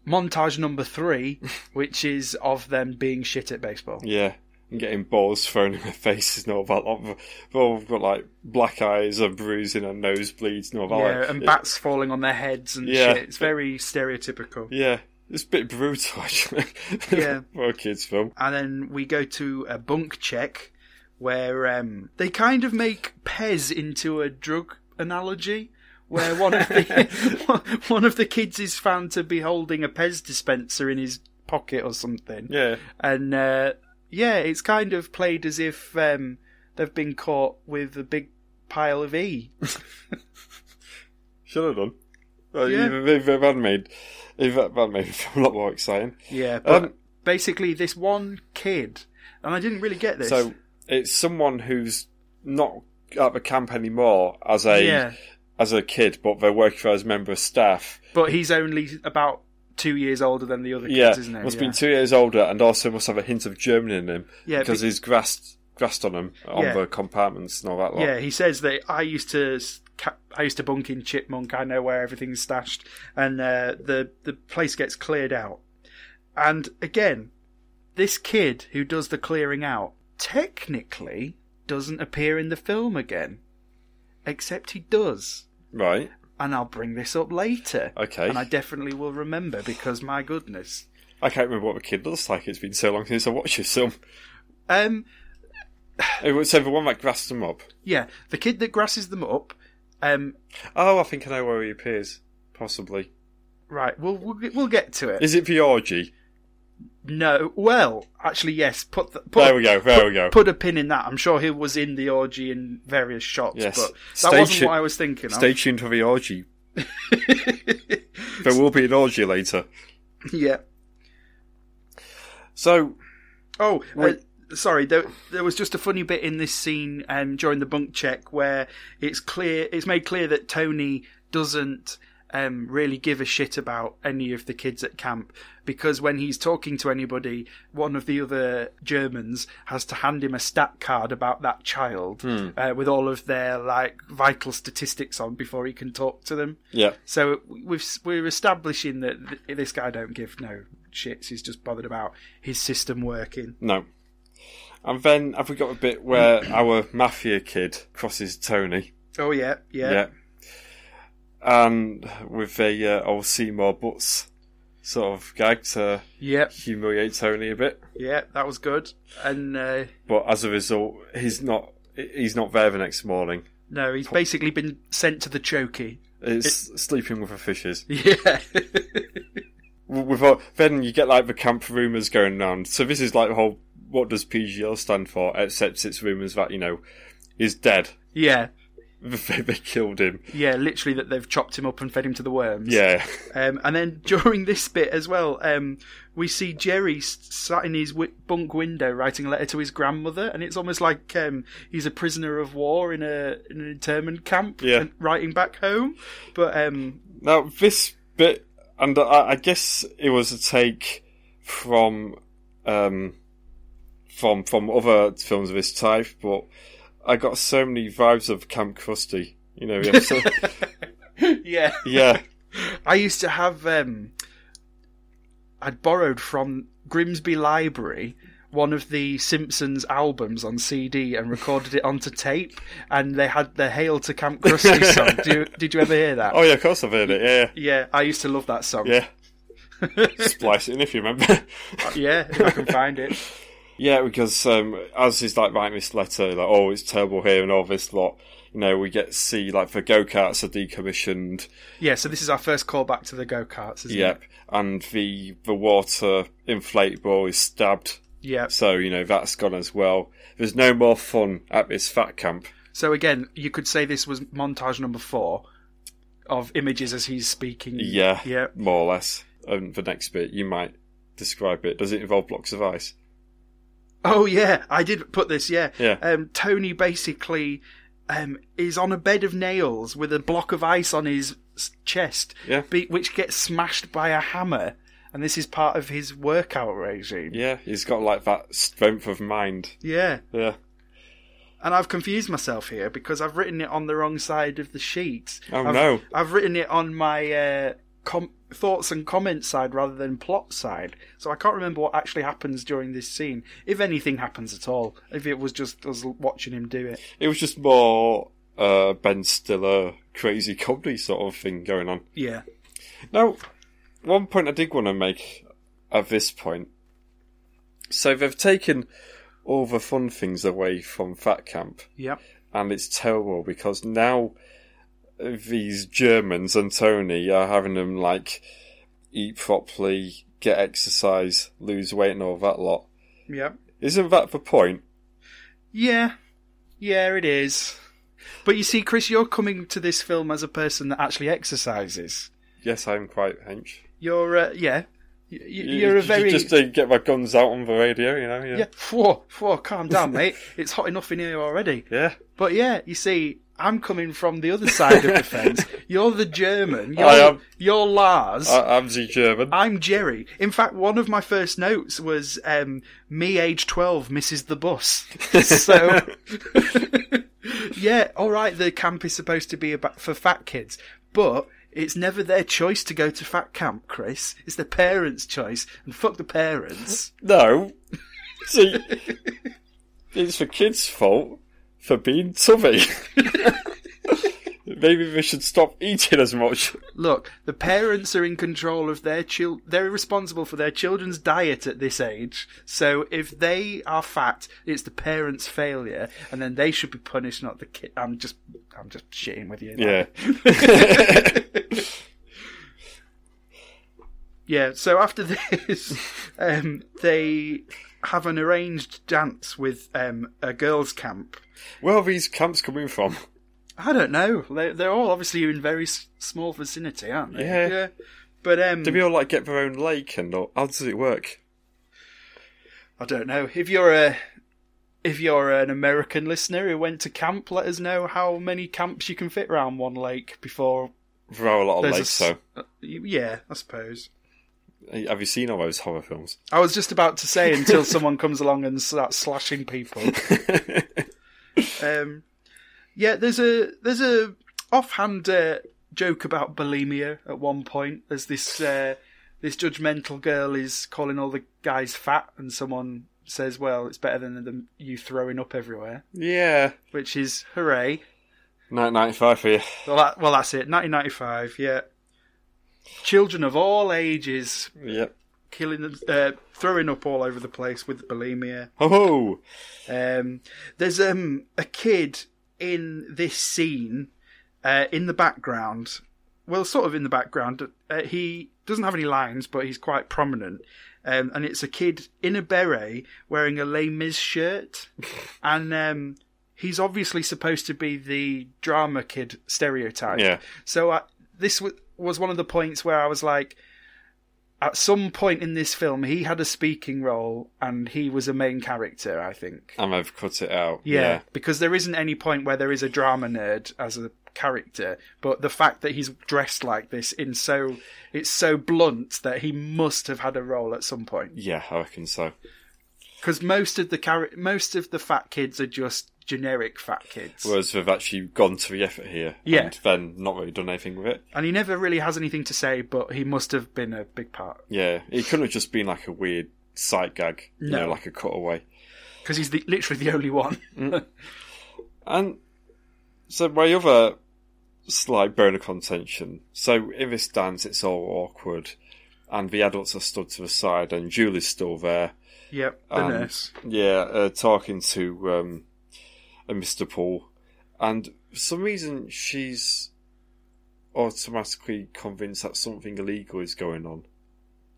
[SPEAKER 3] montage number three, which is of them being shit at baseball.
[SPEAKER 2] Yeah, and getting balls thrown in their faces and all that. Like, they've all got like black eyes and bruising and nosebleeds and all that.
[SPEAKER 3] Yeah,
[SPEAKER 2] like,
[SPEAKER 3] and
[SPEAKER 2] it-
[SPEAKER 3] bats falling on their heads and
[SPEAKER 2] Yeah.
[SPEAKER 3] shit. It's very stereotypical.
[SPEAKER 2] yeah, it's a bit brutal actually.
[SPEAKER 3] Yeah.
[SPEAKER 2] for a kids' film.
[SPEAKER 3] And then we go to a bunk check where um, they kind of make Pez into a drug analogy. Where one of the one of the kids is found to be holding a Pez dispenser in his pocket or something.
[SPEAKER 2] Yeah,
[SPEAKER 3] and uh, yeah, it's kind of played as if um, they've been caught with a big pile of E.
[SPEAKER 2] should have done. Well,
[SPEAKER 3] Yeah.
[SPEAKER 2] yeah. They've had made, they've had made the film a lot more exciting.
[SPEAKER 3] Yeah, but
[SPEAKER 2] Um,
[SPEAKER 3] basically this one kid, and I didn't really get this.
[SPEAKER 2] So it's someone who's not at the camp anymore as a
[SPEAKER 3] yeah,
[SPEAKER 2] as a kid, but they're working for as a member of staff.
[SPEAKER 3] but he's only about two years older than the other kids,
[SPEAKER 2] Yeah,
[SPEAKER 3] isn't he?
[SPEAKER 2] must
[SPEAKER 3] yeah.
[SPEAKER 2] be two years older, and also must have a hint of German in him
[SPEAKER 3] Yeah,
[SPEAKER 2] because
[SPEAKER 3] be-
[SPEAKER 2] he's grassed grassed on him on
[SPEAKER 3] Yeah.
[SPEAKER 2] the compartments and all that. Lot.
[SPEAKER 3] yeah, he says that I used to s- ca- I used to bunk in Chipmunk. I know where everything's stashed, and uh, the the place gets cleared out. And again, this kid who does the clearing out technically doesn't appear in the film again, except he does.
[SPEAKER 2] right.
[SPEAKER 3] And I'll bring this up later.
[SPEAKER 2] Okay.
[SPEAKER 3] And I definitely will remember because my goodness.
[SPEAKER 2] I can't remember what the kid looks like. It's been so long since I watched this film.
[SPEAKER 3] Um,
[SPEAKER 2] It was so the one that grassed him up.
[SPEAKER 3] yeah, the kid that grasses them up. Um,
[SPEAKER 2] Oh, I think I know where he appears. Possibly.
[SPEAKER 3] right, we'll we'll get- we'll get to it.
[SPEAKER 2] Is it the orgy?
[SPEAKER 3] No, well, actually, yes. Put the, put,
[SPEAKER 2] There we go. There we go.
[SPEAKER 3] Put a pin in that. I'm sure he was in the orgy in various shots,
[SPEAKER 2] Yes.
[SPEAKER 3] but that
[SPEAKER 2] Stay
[SPEAKER 3] wasn't
[SPEAKER 2] tu-
[SPEAKER 3] what I was thinking. of.
[SPEAKER 2] Stay tuned for the orgy. There will be an orgy later.
[SPEAKER 3] yeah.
[SPEAKER 2] So
[SPEAKER 3] Oh, uh,
[SPEAKER 2] Wait.
[SPEAKER 3] sorry. There, there was just a funny bit in this scene um, during the bunk check where it's clear it's made clear that Tony doesn't um, really give a shit about any of the kids at camp because when he's talking to anybody, one of the other Germans has to hand him a stat card about that child uh, with all of their like vital statistics on before he can talk to them.
[SPEAKER 2] yeah,
[SPEAKER 3] So we've, we're establishing that th- this guy don't give no shits. He's just bothered about his system working.
[SPEAKER 2] no. And then have we got a bit where our mafia kid crosses Tony?
[SPEAKER 3] Oh yeah, yeah,
[SPEAKER 2] Yeah. And with a uh, old Seymour Butts sort of gag to
[SPEAKER 3] yeah,
[SPEAKER 2] humiliate Tony a bit,
[SPEAKER 3] yeah, That was good. And uh,
[SPEAKER 2] but as a result, he's not he's not there the next morning.
[SPEAKER 3] no, he's basically been sent to the chokey.
[SPEAKER 2] It's sleeping with the fishes.
[SPEAKER 3] Yeah,
[SPEAKER 2] W- With all, then you get like the camp rumors going round. So this is like the whole what does PGL stand for? Except it's rumors that you know is dead.
[SPEAKER 3] yeah.
[SPEAKER 2] they, they killed him.
[SPEAKER 3] Yeah, literally that they've chopped him up and fed him to the worms.
[SPEAKER 2] Yeah,
[SPEAKER 3] Um, and then during this bit as well, um, we see Jerry s- sat in his wi- bunk window writing a letter to his grandmother, and it's almost like um, he's a prisoner of war in a in an internment camp,
[SPEAKER 2] Yeah.
[SPEAKER 3] and writing back home. But um,
[SPEAKER 2] Now this bit, and I, I guess it was a take from um, from from other films of this type, but I got so many vibes of Camp Krusty. You know, the episode.
[SPEAKER 3] yeah,
[SPEAKER 2] yeah,
[SPEAKER 3] I used to have um, I'd borrowed from Grimsby Library one of the Simpsons albums on CD and recorded it onto tape, and they had the "Hail to Camp Krusty" song. Do you, did you ever hear that?
[SPEAKER 2] oh yeah, of course I've heard it. Yeah,
[SPEAKER 3] Yeah, I used to love that song.
[SPEAKER 2] yeah. yeah. Splice it in if you remember.
[SPEAKER 3] Yeah, if I can find it.
[SPEAKER 2] yeah, because um, as he's like writing this letter, like oh it's terrible here and all this lot. You know, we get to see like the go karts are decommissioned.
[SPEAKER 3] Yeah, so this is our first callback to the go karts, isn't
[SPEAKER 2] Yep,
[SPEAKER 3] it?
[SPEAKER 2] and the the water inflatable is stabbed
[SPEAKER 3] Yeah.
[SPEAKER 2] So, you know, that's gone as well. There's no more fun at this fat camp.
[SPEAKER 3] So again, you could say this was montage number four of images as he's speaking.
[SPEAKER 2] Yeah.
[SPEAKER 3] Yeah.
[SPEAKER 2] More or less. And the next bit, you might describe it. Does it involve blocks of ice?
[SPEAKER 3] Oh yeah, I did put this. Yeah.
[SPEAKER 2] Yeah.
[SPEAKER 3] Um, Tony basically um, is on a bed of nails with a block of ice on his s- chest,
[SPEAKER 2] Yeah.
[SPEAKER 3] be- which gets smashed by a hammer, and this is part of his workout regime.
[SPEAKER 2] Yeah. He's got like that strength of mind.
[SPEAKER 3] yeah.
[SPEAKER 2] Yeah.
[SPEAKER 3] and I've confused myself here because I've written it on the wrong side of the sheet.
[SPEAKER 2] Oh,
[SPEAKER 3] I've,
[SPEAKER 2] no.
[SPEAKER 3] I've written it on my uh, com- thoughts and comments side rather than plot side, so I can't remember what actually happens during this scene, if anything happens at all. If it was just us watching him do it,
[SPEAKER 2] It was just more uh, Ben Stiller crazy comedy sort of thing going on.
[SPEAKER 3] yeah,
[SPEAKER 2] Now, one point I did want to make at this point. So they've taken all the fun things away from Fat Camp.
[SPEAKER 3] yeah,
[SPEAKER 2] and it's terrible because now these Germans and Tony are having them like eat properly, get exercise, lose weight, and all that lot.
[SPEAKER 3] yeah,
[SPEAKER 2] Isn't that the point?
[SPEAKER 3] yeah, yeah. It is. But you see, Chris, you're coming to this film as a person that actually exercises.
[SPEAKER 2] Yes, I'm quite hench.
[SPEAKER 3] You're, uh, yeah, Y- y-
[SPEAKER 2] You-
[SPEAKER 3] you're
[SPEAKER 2] you
[SPEAKER 3] a very
[SPEAKER 2] just uh, get my guns out on the radio, you know. Yeah,
[SPEAKER 3] Yeah, whoa, whoa, calm down, mate. It's hot enough in here already.
[SPEAKER 2] Yeah.
[SPEAKER 3] But yeah, you see, I'm coming from the other side of the fence. You're the German. You're,
[SPEAKER 2] I am.
[SPEAKER 3] You're Lars.
[SPEAKER 2] I, I'm the German.
[SPEAKER 3] I'm Jerry. In fact, one of my first notes was um, me, age 12, misses the bus. So, yeah, all right, the camp is supposed to be about for fat kids, but it's never their choice to go to fat camp, Chris. It's the parents' choice, and fuck the parents.
[SPEAKER 2] No, see, it's the kids' fault for being tubby. Maybe they should stop eating as much.
[SPEAKER 3] Look, the parents are in control of their chil. They're responsible for their children's diet at this age. So if they are fat, it's the parents' failure, and then they should be punished, not the kid. I'm just, I'm just shitting with you.
[SPEAKER 2] Yeah.
[SPEAKER 3] Yeah. So after this, um, they have an arranged dance with um, a girls' camp.
[SPEAKER 2] Where are these camps coming from?
[SPEAKER 3] I don't know. They're, they're all obviously in very s- small vicinity, aren't they?
[SPEAKER 2] Yeah.
[SPEAKER 3] But um,
[SPEAKER 2] Do we all like get their own lake and all? How does it work?
[SPEAKER 3] I don't know. If you're a if you're an American listener who went to camp, let us know how many camps you can fit round one lake before.
[SPEAKER 2] There are a lot of
[SPEAKER 3] There's a
[SPEAKER 2] lakes,
[SPEAKER 3] s- uh, Yeah, I suppose.
[SPEAKER 2] though. Have you seen all those horror films?
[SPEAKER 3] I was just about to say until someone comes along and starts slashing people. um, yeah, there's a there's a offhand uh, joke about bulimia at one point. There's this uh, this judgmental girl is calling all the guys fat, and someone says, "Well, it's better than them you throwing up everywhere,"
[SPEAKER 2] Yeah.
[SPEAKER 3] which is hooray.
[SPEAKER 2] 1995 for you.
[SPEAKER 3] Well, that, well, that's it. 1995. Yeah. Children of all ages
[SPEAKER 2] Yep.
[SPEAKER 3] killing, them- uh, throwing up all over the place with bulimia.
[SPEAKER 2] Oh,
[SPEAKER 3] Um, there's um a kid in this scene, uh, in the background. Well, sort of in the background. Uh, he doesn't have any lines, but he's quite prominent. Um, and it's a kid in a beret wearing a Les Mis shirt, and um, he's obviously supposed to be the drama kid stereotype.
[SPEAKER 2] Yeah.
[SPEAKER 3] So I, this w- was one of the points where I was like, at some point in this film, he had a speaking role and he was a main character. I think.
[SPEAKER 2] And they've cut it out.
[SPEAKER 3] Yeah, because there isn't any point where there is a drama nerd as a character, but the fact that he's dressed like this in so it's so blunt that he must have had a role at some point.
[SPEAKER 2] Yeah, I reckon so.
[SPEAKER 3] Because most of the char- most of the fat kids are just generic fat kids,
[SPEAKER 2] Whereas they've actually gone to the effort here
[SPEAKER 3] Yeah.
[SPEAKER 2] and then not really done anything with it.
[SPEAKER 3] and he never really has anything to say, but he must have been a big part
[SPEAKER 2] Yeah, it couldn't have just been like a weird sight gag, you
[SPEAKER 3] No.
[SPEAKER 2] know, like a cutaway.
[SPEAKER 3] because he's the, literally the only one.
[SPEAKER 2] And so my other slight bone of contention. So in this dance, it's all awkward, and the adults are stood to the side, and Julie's still there.
[SPEAKER 3] yep, the
[SPEAKER 2] Um,
[SPEAKER 3] nurse.
[SPEAKER 2] Yeah, uh, talking to um, uh, Mr. Paul, and for some reason she's automatically convinced that something illegal is going on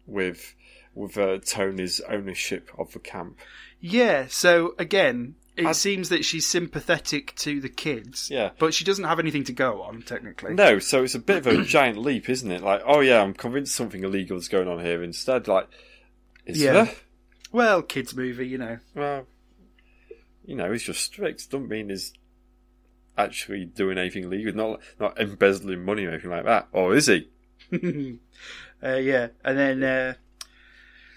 [SPEAKER 2] with with uh, Tony's ownership of the camp.
[SPEAKER 3] Yeah, so again, it
[SPEAKER 2] I-
[SPEAKER 3] seems that she's sympathetic to the kids,
[SPEAKER 2] Yeah.
[SPEAKER 3] but she doesn't have anything to go on technically.
[SPEAKER 2] No, so it's a bit of a giant leap, isn't it? Like, oh yeah, I'm convinced something illegal is going on here. Instead, like, is
[SPEAKER 3] Yeah.
[SPEAKER 2] there?
[SPEAKER 3] Well, kids movie, you know.
[SPEAKER 2] Well, you know, he's just strict. Don't mean he's actually doing anything illegal. Not not embezzling money or anything like that. Or is he?
[SPEAKER 3] Uh, yeah, and then uh,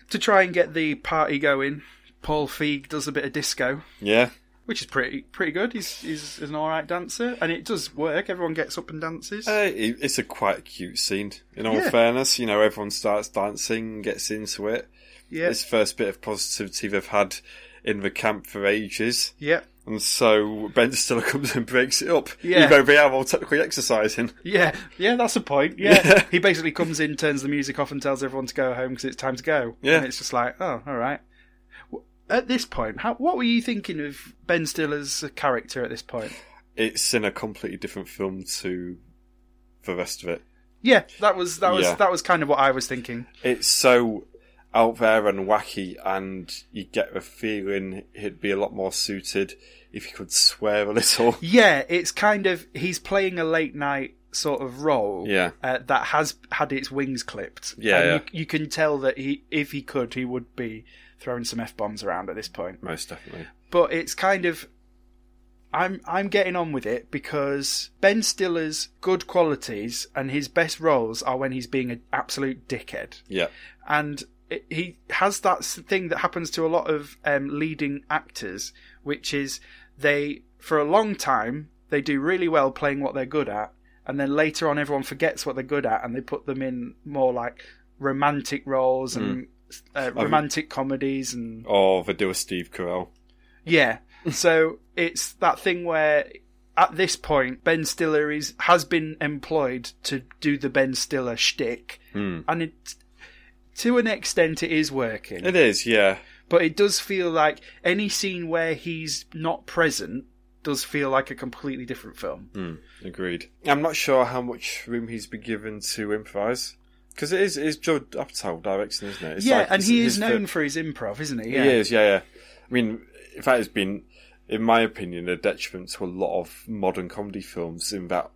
[SPEAKER 3] to try and get the party going, Paul Feig does a bit of disco,
[SPEAKER 2] Yeah,
[SPEAKER 3] which is pretty pretty good. He's he's an all right dancer, and it does work. Everyone gets up and dances.
[SPEAKER 2] uh, it, it's a quite cute scene. In all
[SPEAKER 3] Yeah.
[SPEAKER 2] fairness, you know, everyone starts dancing, gets into it.
[SPEAKER 3] yeah,
[SPEAKER 2] It's the first bit of positivity they've had in the camp for ages.
[SPEAKER 3] yeah,
[SPEAKER 2] And so Ben Stiller comes and breaks it up,
[SPEAKER 3] Yeah.
[SPEAKER 2] even though they are all technically exercising.
[SPEAKER 3] yeah, yeah. That's a point. Yeah, he basically comes in, turns the music off, and tells everyone to go home because it's time to go.
[SPEAKER 2] Yeah.
[SPEAKER 3] and it's just like, oh, all right. W- At this point, how, what were you thinking of Ben Stiller's character at this point?
[SPEAKER 2] It's in a completely different film to the rest of it.
[SPEAKER 3] Yeah, that was that was
[SPEAKER 2] Yeah.
[SPEAKER 3] that was kind of what I was thinking.
[SPEAKER 2] It's so out there and wacky, and you get the feeling it'd be a lot more suited if you could swear a little.
[SPEAKER 3] Yeah, it's kind of he's playing a late night sort of role.
[SPEAKER 2] Yeah.
[SPEAKER 3] uh, that has had its wings clipped.
[SPEAKER 2] Yeah,
[SPEAKER 3] and
[SPEAKER 2] yeah.
[SPEAKER 3] You, you can tell that he, if he could, he would be throwing some f bombs around at this point.
[SPEAKER 2] Most definitely.
[SPEAKER 3] But it's kind of. I'm I'm getting on with it because Ben Stiller's good qualities and his best roles are when he's being an absolute dickhead
[SPEAKER 2] Yeah.
[SPEAKER 3] and it, he has that s- thing that happens to a lot of um, leading actors, which is they for a long time they do really well playing what they're good at, and then later on everyone forgets what they're good at, and they put them in more like romantic roles and uh, romantic comedies and
[SPEAKER 2] Or the do a Steve Carell.
[SPEAKER 3] yeah. So it's that thing where at this point Ben Stiller is has been employed to do the Ben Stiller shtick, and it to an extent it is working
[SPEAKER 2] It is, yeah.
[SPEAKER 3] but it does feel like any scene where he's not present does feel like a completely different film.
[SPEAKER 2] Agreed. I'm not sure how much room he's been given to improvise. Because it is, it is Judd Apatow directing, isn't it? It's
[SPEAKER 3] yeah,
[SPEAKER 2] like-
[SPEAKER 3] and
[SPEAKER 2] it's-
[SPEAKER 3] he
[SPEAKER 2] it's
[SPEAKER 3] is
[SPEAKER 2] the-
[SPEAKER 3] known for his improv, isn't he?
[SPEAKER 2] He
[SPEAKER 3] Yeah.
[SPEAKER 2] is, yeah, yeah. I mean, in fact, it's been, in my opinion, a detriment to a lot of modern comedy films in that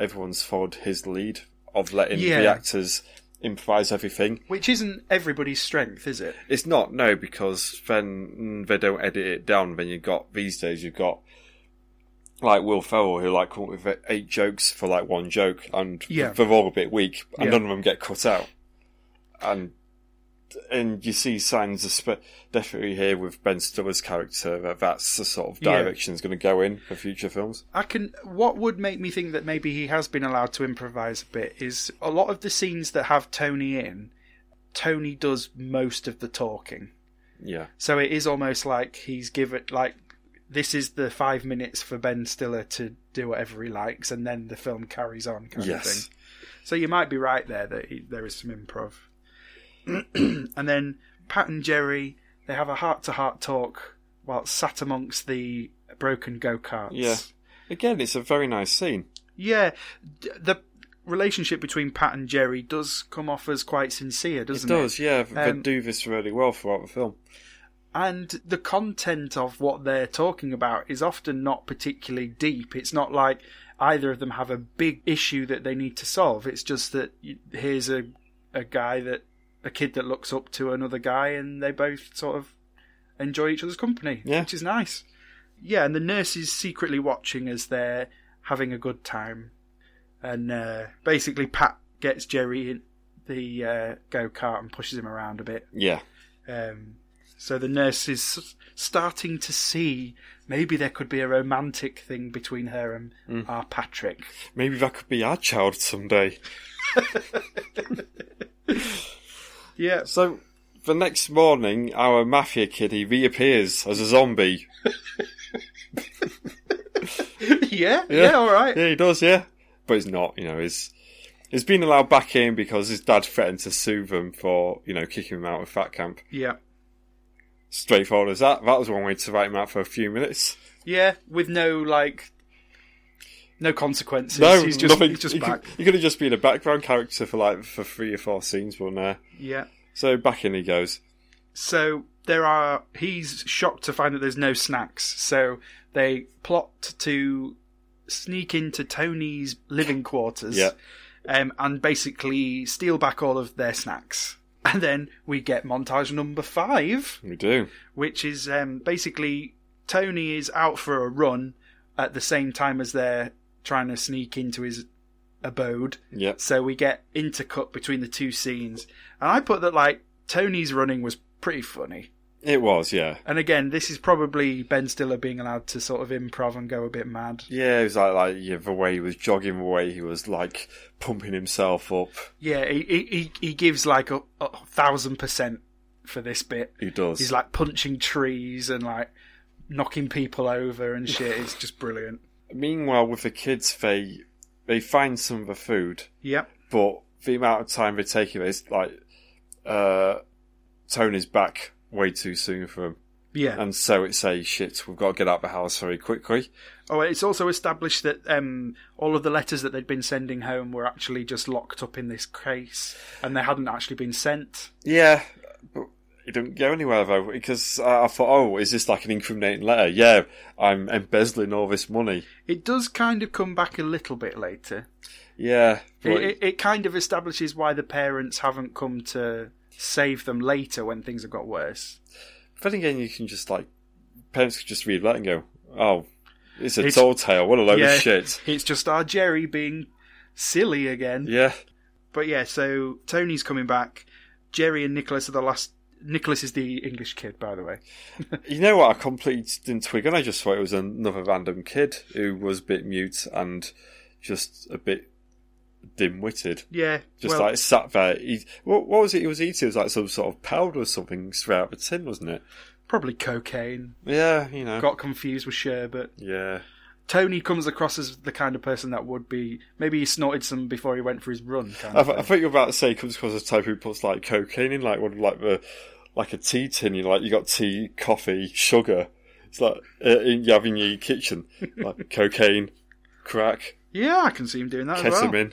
[SPEAKER 2] everyone's followed his lead of letting the
[SPEAKER 3] Yeah.
[SPEAKER 2] actors improvise everything.
[SPEAKER 3] Which isn't everybody's strength, is it?
[SPEAKER 2] It's not, no, because then mm, they don't edit it down. Then you've got, these days, you've got like Will Ferrell, who like come up with eight jokes for like one joke, and
[SPEAKER 3] Yeah.
[SPEAKER 2] they're all a bit weak, and
[SPEAKER 3] Yeah.
[SPEAKER 2] none of them get cut out. And and you see signs of spe- definitely here with Ben Stiller's character that that's the sort of
[SPEAKER 3] Yeah.
[SPEAKER 2] direction is going to go in for future films.
[SPEAKER 3] I can. What would make me think that maybe he has been allowed to improvise a bit is a lot of the scenes that have Tony in, Tony does most of the talking.
[SPEAKER 2] Yeah,
[SPEAKER 3] So it is almost like he's given like this is the five minutes for Ben Stiller to do whatever he likes, and then the film carries on. Kind of thing.
[SPEAKER 2] yes,
[SPEAKER 3] So you might be right there that he, there is some improv. and then Pat and Jerry, they have a heart to heart talk while sat amongst the broken go karts.
[SPEAKER 2] yeah. Again, it's a very nice scene.
[SPEAKER 3] Yeah. D- The relationship between Pat and Jerry does come off as quite sincere,
[SPEAKER 2] It
[SPEAKER 3] doesn't it?
[SPEAKER 2] does, yeah. They
[SPEAKER 3] Um,
[SPEAKER 2] do this really well throughout the film.
[SPEAKER 3] and the content of what they're talking about is often not particularly deep. It's not like either of them have a big issue that they need to solve. It's just that you- here's a a guy that a kid that looks up to another guy, and they both sort of enjoy each other's company,
[SPEAKER 2] Yeah.
[SPEAKER 3] which is nice. Yeah, and the nurse is secretly watching as they're having a good time, and uh, basically Pat gets Jerry in the uh, go kart and pushes him around a bit.
[SPEAKER 2] Yeah.
[SPEAKER 3] Um, so the nurse is s- starting to see maybe there could be a romantic thing between her and
[SPEAKER 2] Mm.
[SPEAKER 3] our Patrick.
[SPEAKER 2] Maybe that could be our child someday.
[SPEAKER 3] Yeah,
[SPEAKER 2] So the next morning, our mafia kid he reappears as a zombie.
[SPEAKER 3] yeah, yeah,
[SPEAKER 2] Yeah.
[SPEAKER 3] all right.
[SPEAKER 2] Yeah, he does. Yeah, but he's not. You know, he's he's been allowed back in because his dad threatened to sue them for you know kicking him out of fat camp.
[SPEAKER 3] Yeah.
[SPEAKER 2] Straightforward as that. That was one way to write him out for a few minutes.
[SPEAKER 3] Yeah, with no, like, no consequences.
[SPEAKER 2] No,
[SPEAKER 3] he's just,
[SPEAKER 2] nothing.
[SPEAKER 3] he's just
[SPEAKER 2] he,
[SPEAKER 3] back.
[SPEAKER 2] Could, he could have just been a background character for like for three or four scenes, but no.
[SPEAKER 3] Yeah.
[SPEAKER 2] So back in he goes.
[SPEAKER 3] So there are. He's shocked to find that there's no snacks. So they plot to sneak into Tony's living quarters.
[SPEAKER 2] Yeah.
[SPEAKER 3] um, and basically steal back all of their snacks. And then we get montage number five,
[SPEAKER 2] We do.
[SPEAKER 3] which is um, basically Tony is out for a run at the same time as they're trying to sneak into his abode.
[SPEAKER 2] Yep.
[SPEAKER 3] So we get intercut between the two scenes. And I put that like Tony's running was pretty funny.
[SPEAKER 2] It was. Yeah.
[SPEAKER 3] And again, this is probably Ben Stiller being allowed to sort of improv and go a bit mad.
[SPEAKER 2] Yeah, it was like like yeah, the way he was jogging, the way he was like pumping himself up.
[SPEAKER 3] Yeah, he he, he, he gives like a, a thousand percent for this bit.
[SPEAKER 2] He does.
[SPEAKER 3] He's like punching trees and like knocking people over and shit. It's just brilliant.
[SPEAKER 2] Meanwhile, with the kids, they they find some of the food,
[SPEAKER 3] Yep.
[SPEAKER 2] but the amount of time they take it is like uh, Tony's back way too soon for him,
[SPEAKER 3] Yeah.
[SPEAKER 2] and so it's a shit. We've got to get out of the house very quickly.
[SPEAKER 3] oh, it's also established that um, all of the letters that they'd been sending home were actually just locked up in this case, and they hadn't actually been sent.
[SPEAKER 2] Yeah, but it didn't go anywhere though because I, I thought, oh, is this like an incriminating letter? Yeah, I'm embezzling all this money.
[SPEAKER 3] It does kind of come back a little bit later.
[SPEAKER 2] Yeah, but
[SPEAKER 3] It, it, it kind of establishes why the parents haven't come to save them later when things have got worse.
[SPEAKER 2] Then again, you can just like parents could just read that and go, "Oh, it's a
[SPEAKER 3] It's-
[SPEAKER 2] tall tale. What a load
[SPEAKER 3] Yeah.
[SPEAKER 2] of Oh, shit."
[SPEAKER 3] It's just our Jerry being silly again.
[SPEAKER 2] Yeah,
[SPEAKER 3] But yeah, so Tony's coming back. Jerry and Nicholas are the last. Nicholas is the English kid, by the way.
[SPEAKER 2] you know what? I completely didn't twig, and I just thought it was another random kid who was a bit mute and just a bit dim-witted.
[SPEAKER 3] Yeah,
[SPEAKER 2] Just
[SPEAKER 3] well,
[SPEAKER 2] like sat there. He, what, what was it? He was eating. It was like some sort of powder or something straight out of a tin, wasn't it?
[SPEAKER 3] probably cocaine.
[SPEAKER 2] Yeah, you know.
[SPEAKER 3] Got confused with sherbet.
[SPEAKER 2] Yeah,
[SPEAKER 3] Tony comes across as the kind of person that would be. Maybe he snorted some before he went for his run. Kind
[SPEAKER 2] I,
[SPEAKER 3] of
[SPEAKER 2] th- I
[SPEAKER 3] thing.
[SPEAKER 2] thought you were about to say comes across as the type who puts like cocaine in like one of like the like a tea tin. You know, like you got tea, coffee, sugar. It's like uh, in, you have in your kitchen, like cocaine, crack,
[SPEAKER 3] Yeah, I can see him doing that as well.
[SPEAKER 2] ketamine.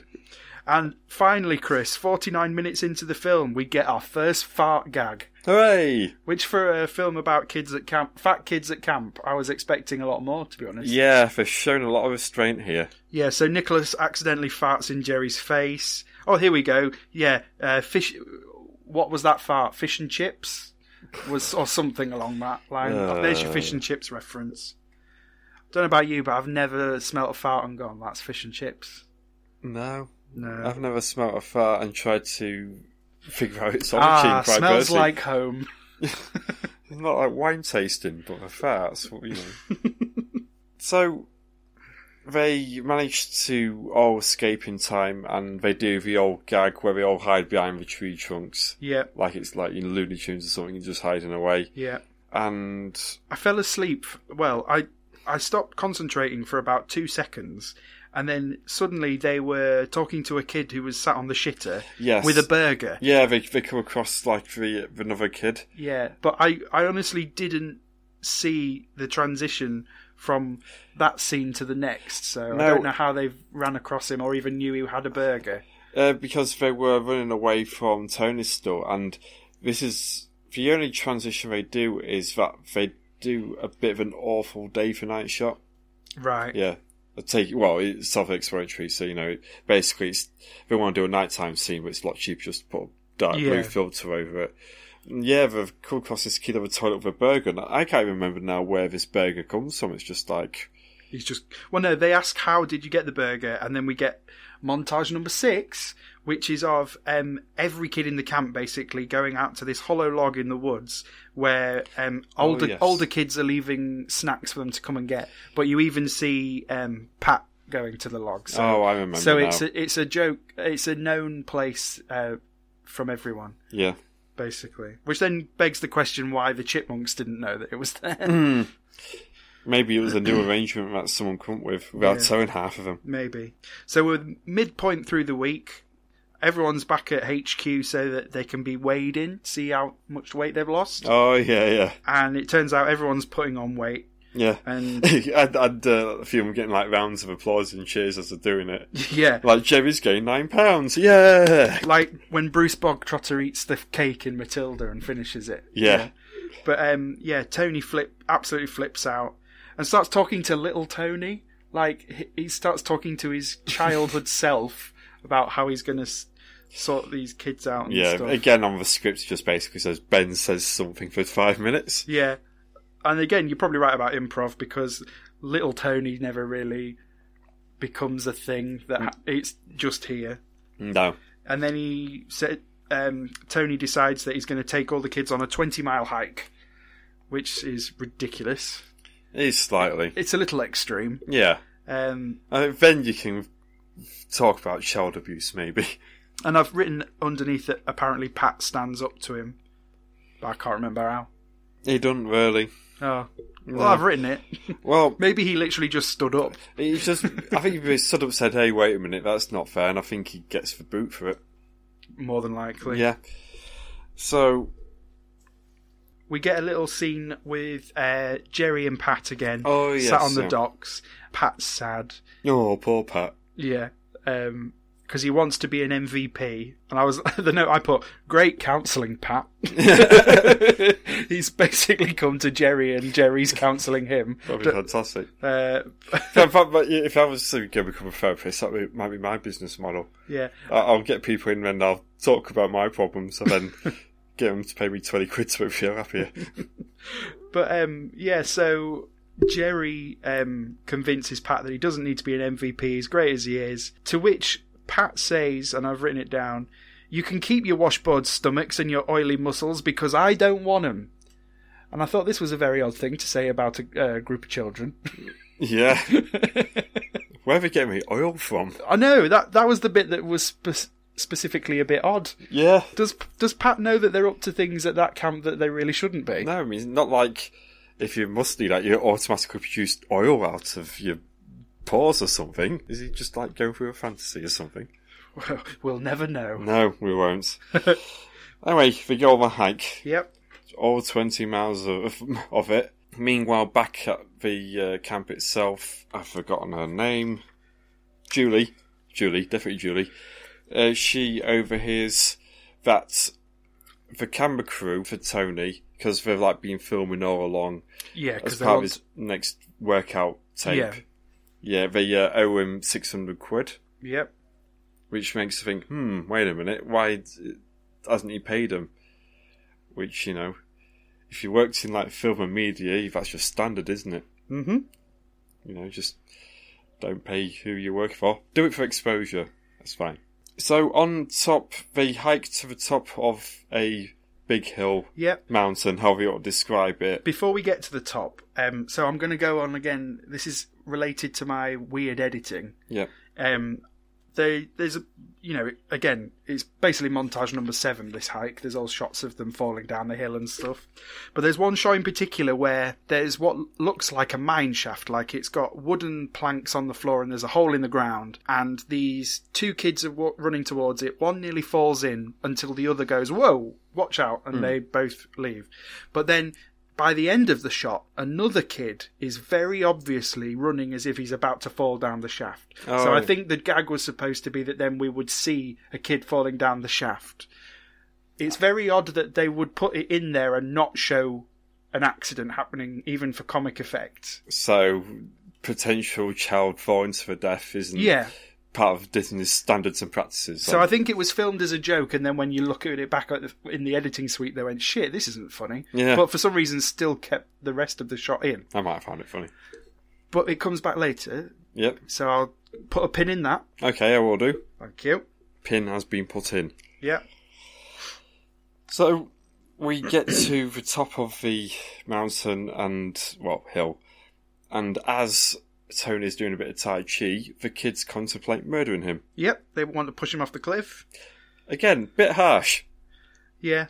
[SPEAKER 3] And finally, Chris, 49 minutes into the film, we get our first fart gag.
[SPEAKER 2] Hooray!
[SPEAKER 3] Which, for a film about kids at camp, fat kids at camp, I was expecting a lot more, to be honest.
[SPEAKER 2] Yeah, they've shown a lot of restraint here.
[SPEAKER 3] Yeah, so Nicholas accidentally farts in Jerry's face. Oh, here we go. Yeah, uh, fish. What was that fart? Fish and chips, was or something along that line.
[SPEAKER 2] Uh.
[SPEAKER 3] There's your fish and chips reference. Don't know about you, but I've never smelt a fart and gone, "That's fish and chips."
[SPEAKER 2] No,
[SPEAKER 3] No.
[SPEAKER 2] I've never smelt a fart and tried to figure out its origin.
[SPEAKER 3] ah,
[SPEAKER 2] quite
[SPEAKER 3] smells
[SPEAKER 2] personally.
[SPEAKER 3] like home.
[SPEAKER 2] It's not like wine tasting, but the farts, you know. so they manage to all escape in time, and they do the old gag where they all hide behind the tree trunks,
[SPEAKER 3] Yeah,
[SPEAKER 2] like it's like in Looney Tunes or something, and just hiding away.
[SPEAKER 3] yeah.
[SPEAKER 2] And
[SPEAKER 3] I fell asleep. Well, I I stopped concentrating for about two seconds, and then suddenly they were talking to a kid who was sat on the shitter
[SPEAKER 2] yes,
[SPEAKER 3] with a burger.
[SPEAKER 2] yeah, they they come across like the the another kid.
[SPEAKER 3] Yeah, but I, I honestly didn't see the transition from that scene to the next, so I
[SPEAKER 2] No.
[SPEAKER 3] don't know how they ran across him or even knew he had a burger.
[SPEAKER 2] Uh, because they were running away from Tony's store, and this is the only transition they do is that they do a bit of an awful day for night shot.
[SPEAKER 3] Right.
[SPEAKER 2] Yeah. I take well, it's self-explanatory. So you know, basically, it's, they want to do a nighttime scene, but it's a lot cheaper just to put a dark
[SPEAKER 3] Yeah.
[SPEAKER 2] blue filter over it. Yeah, they've come across this kid on the toilet with a burger, and I can't even remember now where this burger comes from. It's just like,
[SPEAKER 3] He's just well, no. They ask how did you get the burger, and then we get montage number six, which is of um, every kid in the camp basically going out to this hollow log in the woods where um, older
[SPEAKER 2] Oh, yes.
[SPEAKER 3] older kids are leaving snacks for them to come and get. But you even see um, Pat going to the log. So,
[SPEAKER 2] oh, I remember.
[SPEAKER 3] so
[SPEAKER 2] now.
[SPEAKER 3] it's a, it's a joke. It's a known place uh, from everyone.
[SPEAKER 2] yeah.
[SPEAKER 3] Basically, which then begs the question why the chipmunks didn't know that it was there.
[SPEAKER 2] Maybe it was a new arrangement that someone come up with without telling half of them.
[SPEAKER 3] Maybe. So we're midpoint through the week. Everyone's back at HQ so that they can be weighed in, see how much weight they've lost.
[SPEAKER 2] Oh yeah, yeah,
[SPEAKER 3] And it turns out everyone's putting on weight.
[SPEAKER 2] yeah.
[SPEAKER 3] And
[SPEAKER 2] I'd, I'd uh, a few of them getting like rounds of applause and cheers as they're doing it.
[SPEAKER 3] yeah,
[SPEAKER 2] Like Jerry's gained nine pounds. Yeah,
[SPEAKER 3] like when Bruce Bogtrotter eats the cake in Matilda and finishes it.
[SPEAKER 2] yeah.
[SPEAKER 3] But um, yeah, Tony flip absolutely flips out and starts talking to little Tony. Like he- he starts talking to his childhood self about how he's going to s- sort these kids out. And
[SPEAKER 2] Yeah,
[SPEAKER 3] stuff.
[SPEAKER 2] again on the script, it just basically says Ben says something for five minutes.
[SPEAKER 3] Yeah. And again, you're probably right about improv because little Tony never really becomes a thing that ha- it's just here.
[SPEAKER 2] No,
[SPEAKER 3] And then he said um, Tony decides that he's going to take all the kids on a 20 mile hike, which is ridiculous.
[SPEAKER 2] it's slightly.
[SPEAKER 3] It's a little extreme.
[SPEAKER 2] Yeah,
[SPEAKER 3] Um,
[SPEAKER 2] I mean, then you can talk about child abuse, maybe.
[SPEAKER 3] and I've written underneath it apparently Pat stands up to him, but I can't remember how.
[SPEAKER 2] He doesn't really.
[SPEAKER 3] Oh, well, I've written it.
[SPEAKER 2] Well,
[SPEAKER 3] Maybe he literally just stood up.
[SPEAKER 2] he's just. I think he was sort of said, "Hey, wait a minute, that's not fair," and I think he gets the boot for it.
[SPEAKER 3] More than likely.
[SPEAKER 2] Yeah. So,
[SPEAKER 3] we get a little scene with uh, Jerry and Pat again.
[SPEAKER 2] Oh, yes,
[SPEAKER 3] sat on the
[SPEAKER 2] yeah.
[SPEAKER 3] docks. Pat's sad.
[SPEAKER 2] oh, poor Pat.
[SPEAKER 3] Yeah, because he wants to be an MVP. And I was the note I put: "Great counselling, Pat." He's basically come to Jerry, and Jerry's counselling him.
[SPEAKER 2] That'd be fantastic.
[SPEAKER 3] Uh,
[SPEAKER 2] In fact, but if I was to go become a therapist, that would- might be my business model.
[SPEAKER 3] yeah,
[SPEAKER 2] I- I'll get people in and I'll talk about my problems and then get them to pay me 20 quid to make me feel happier.
[SPEAKER 3] but um, yeah. So Jerry um, convinces Pat that he doesn't need to be an MVP, as great as he is. To which Pat says, and I've written it down: "You can keep your washboard stomachs and your oily muscles because I don't want them." And I thought this was a very odd thing to say about a uh, group of children.
[SPEAKER 2] yeah. Where they get me oil from?
[SPEAKER 3] I know that that was the bit that was spe- specifically a bit odd.
[SPEAKER 2] Yeah.
[SPEAKER 3] Does does Pat know that they're up to things at that camp that they really shouldn't be?
[SPEAKER 2] No, I mean, it's not like if you're musty, like you automatically produce oil out of your pores or something. Is he just like going through a fantasy or something?
[SPEAKER 3] we'll never know.
[SPEAKER 2] No, we won't. anyway, they go on a hike.
[SPEAKER 3] Yep.
[SPEAKER 2] all 20 miles of, of it. Meanwhile, back at the uh, camp itself, I've forgotten her name. Julie. Julie, definitely Julie. Uh, she overhears that the camera crew for Tony, because they've like been filming all along
[SPEAKER 3] Yeah,
[SPEAKER 2] as
[SPEAKER 3] because they
[SPEAKER 2] part of
[SPEAKER 3] want
[SPEAKER 2] his next workout tape.
[SPEAKER 3] Yeah.
[SPEAKER 2] Yeah, they uh, owe him 600 quid,
[SPEAKER 3] Yep.
[SPEAKER 2] which makes you think, hmm, wait a minute, why d- hasn't he paid him? Which, you know, if you worked in like film and media, that's just standard, isn't it?
[SPEAKER 3] Mm-hmm.
[SPEAKER 2] You know, just don't pay who you work for. Do it for exposure. That's fine. So on top, they hike to the top of a big hill,
[SPEAKER 3] Yep.
[SPEAKER 2] mountain, however you want to describe it.
[SPEAKER 3] Before we get to the top, um, so I'm going to go on again. This is related to my weird editing.
[SPEAKER 2] Yeah.
[SPEAKER 3] Um, they, there's a, you know, again, it's basically montage number seven. This hike, there's all shots of them falling down the hill and stuff. But there's one shot in particular where there's what looks like a mine shaft, like it's got wooden planks on the floor and there's a hole in the ground. And these two kids are w- running towards it. One nearly falls in until the other goes, "Whoa, watch out!" and they both leave. But then by the end of the shot, another kid is very obviously running as if he's about to fall down the shaft. So
[SPEAKER 2] Oh.
[SPEAKER 3] I think the gag was supposed to be that then we would see a kid falling down the shaft. it's very odd that they would put it in there and not show an accident happening, even for comic effect.
[SPEAKER 2] So potential child violence for death isn't
[SPEAKER 3] Yeah.
[SPEAKER 2] part of Disney's standards and practices.
[SPEAKER 3] So I think it was filmed as a joke, and then when you look at it back at the, in the editing suite, they went, "Shit, this isn't funny."
[SPEAKER 2] Yeah.
[SPEAKER 3] But for some reason, still kept the rest of the shot in.
[SPEAKER 2] I might have found it funny.
[SPEAKER 3] But it comes back later,
[SPEAKER 2] Yep.
[SPEAKER 3] so I'll put a pin in that.
[SPEAKER 2] Okay, I will do.
[SPEAKER 3] Thank you.
[SPEAKER 2] Pin has been put in.
[SPEAKER 3] Yeah.
[SPEAKER 2] So we get to the top of the mountain and well hill, and as Tony's doing a bit of tai chi, the kids contemplate murdering him.
[SPEAKER 3] Yep. They want to push him off the cliff.
[SPEAKER 2] Again, bit harsh.
[SPEAKER 3] Yeah,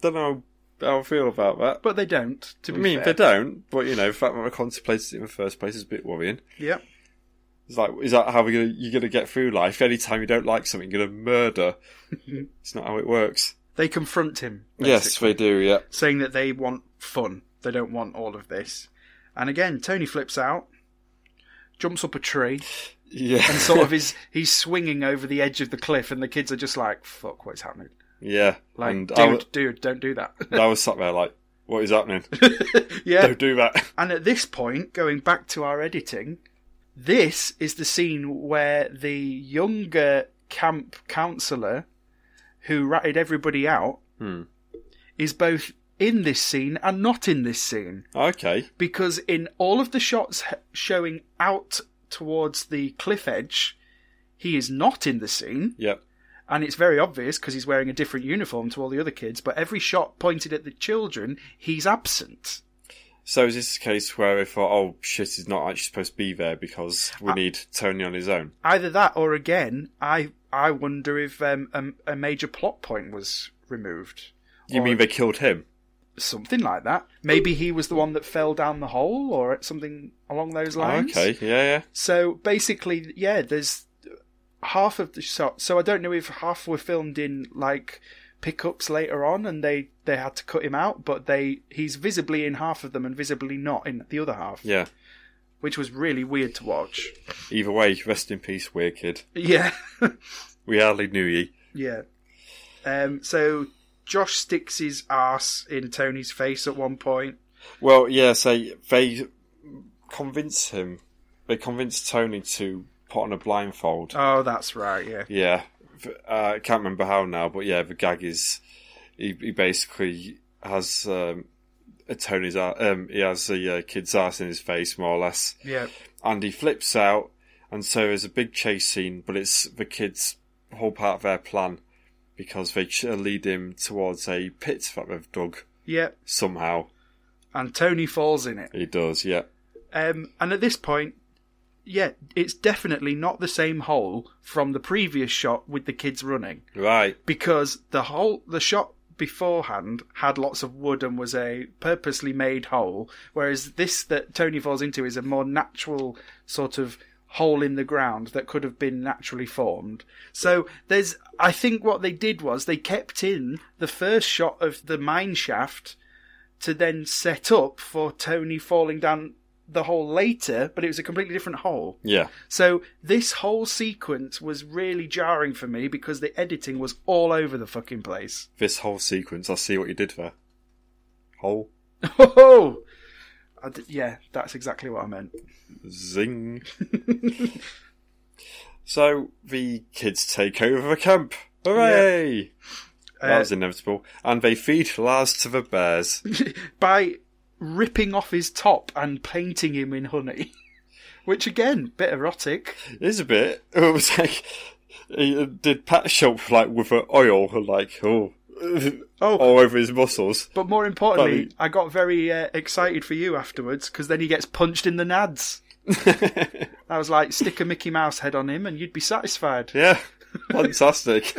[SPEAKER 2] Don't know how I feel about that.
[SPEAKER 3] but they don't. To
[SPEAKER 2] I
[SPEAKER 3] be
[SPEAKER 2] mean,
[SPEAKER 3] fair.
[SPEAKER 2] they don't, but you know, the fact that I contemplated it in the first place is a bit worrying.
[SPEAKER 3] Yep.
[SPEAKER 2] It's like, is that how we're gonna, you're going to get through life? Anytime you don't like something, you're going to murder. it's not how it works.
[SPEAKER 3] They confront him.
[SPEAKER 2] Yes, they do, yeah.
[SPEAKER 3] saying that they want fun. They don't want all of this. And again, Tony flips out, jumps up a tree,
[SPEAKER 2] Yeah.
[SPEAKER 3] and sort of is he's swinging over the edge of the cliff, and the kids are just like, "Fuck, what's happening?"
[SPEAKER 2] yeah.
[SPEAKER 3] Like,
[SPEAKER 2] and
[SPEAKER 3] dude,
[SPEAKER 2] I, was,
[SPEAKER 3] dude, don't do that.
[SPEAKER 2] I was sat there like, what is happening?
[SPEAKER 3] yeah.
[SPEAKER 2] Don't do that.
[SPEAKER 3] And at this point, going back to our editing, this is the scene where the younger camp counselor who ratted everybody out
[SPEAKER 2] Hmm.
[SPEAKER 3] is both in this scene and not in this scene.
[SPEAKER 2] Okay.
[SPEAKER 3] because in all of the shots h- showing out towards the cliff edge, he is not in the scene,
[SPEAKER 2] Yep.
[SPEAKER 3] and it's very obvious because he's wearing a different uniform to all the other kids. But every shot pointed at the children, he's absent.
[SPEAKER 2] So is this a case where we thought, oh shit, he's not actually supposed to be there because we
[SPEAKER 3] Uh,
[SPEAKER 2] need Tony on his own?
[SPEAKER 3] Either that, or again, I I wonder if um, a, a major plot point was removed,
[SPEAKER 2] You
[SPEAKER 3] Or-
[SPEAKER 2] mean they killed him?
[SPEAKER 3] something like that. Maybe he was the one that fell down the hole, or something along those lines.
[SPEAKER 2] Oh, Okay, yeah, yeah.
[SPEAKER 3] So basically, yeah, there's half of the shot. So I don't know if half were filmed in like pickups later on, and they they had to cut him out, but they he's visibly in half of them and visibly not in the other half,
[SPEAKER 2] Yeah.
[SPEAKER 3] which was really weird to watch.
[SPEAKER 2] Either way, rest in peace, weird kid.
[SPEAKER 3] Yeah,
[SPEAKER 2] We hardly knew ye.
[SPEAKER 3] yeah. Um, so Josh sticks his ass in Tony's face at one point.
[SPEAKER 2] Well, yeah, so they convince him. They convince Tony to put on a blindfold.
[SPEAKER 3] Oh, that's right. Yeah,
[SPEAKER 2] Yeah. Uh, I can't remember how now, but yeah, the gag is he, he basically has um, a Tony's ar- um, he has the uh, kid's ass in his face, more or less,
[SPEAKER 3] yeah.
[SPEAKER 2] and he flips out, and so there's a big chase scene, but it's the kid's whole part of their plan because they ch- uh, lead him towards a pit that they've dug
[SPEAKER 3] Yeah,
[SPEAKER 2] somehow.
[SPEAKER 3] and Tony falls in it.
[SPEAKER 2] He does, yeah.
[SPEAKER 3] Um, and at this point, yeah, it's definitely not the same hole from the previous shot with the kids running
[SPEAKER 2] Right.
[SPEAKER 3] because the hole, the shot beforehand had lots of wood and was a purposely made hole, whereas this that Tony falls into is a more natural sort of hole in the ground that could have been naturally formed. So there's, I think what they did was they kept in the first shot of the mine shaft to then set up for Tony falling down the hole later, but it was a completely different hole.
[SPEAKER 2] Yeah.
[SPEAKER 3] So this whole sequence was really jarring for me because the editing was all over the fucking place.
[SPEAKER 2] this whole sequence. I see what you did there. Whole
[SPEAKER 3] Oh, I d- yeah, that's exactly what I meant.
[SPEAKER 2] zing. so the kids take over the camp. Hooray! that
[SPEAKER 3] Uh,
[SPEAKER 2] was inevitable. And they feed Lars to the bears.
[SPEAKER 3] By ripping off his top and painting him in honey, which again, bit erotic.
[SPEAKER 2] it is a bit. It was like he did Pat Shop like with her oil, like oh,
[SPEAKER 3] Oh.
[SPEAKER 2] all over his muscles.
[SPEAKER 3] But more importantly,
[SPEAKER 2] Funny.
[SPEAKER 3] I got very uh, excited for you afterwards because then he gets punched in the nads. I was like, stick a Mickey Mouse head on him and you'd be satisfied.
[SPEAKER 2] yeah, fantastic.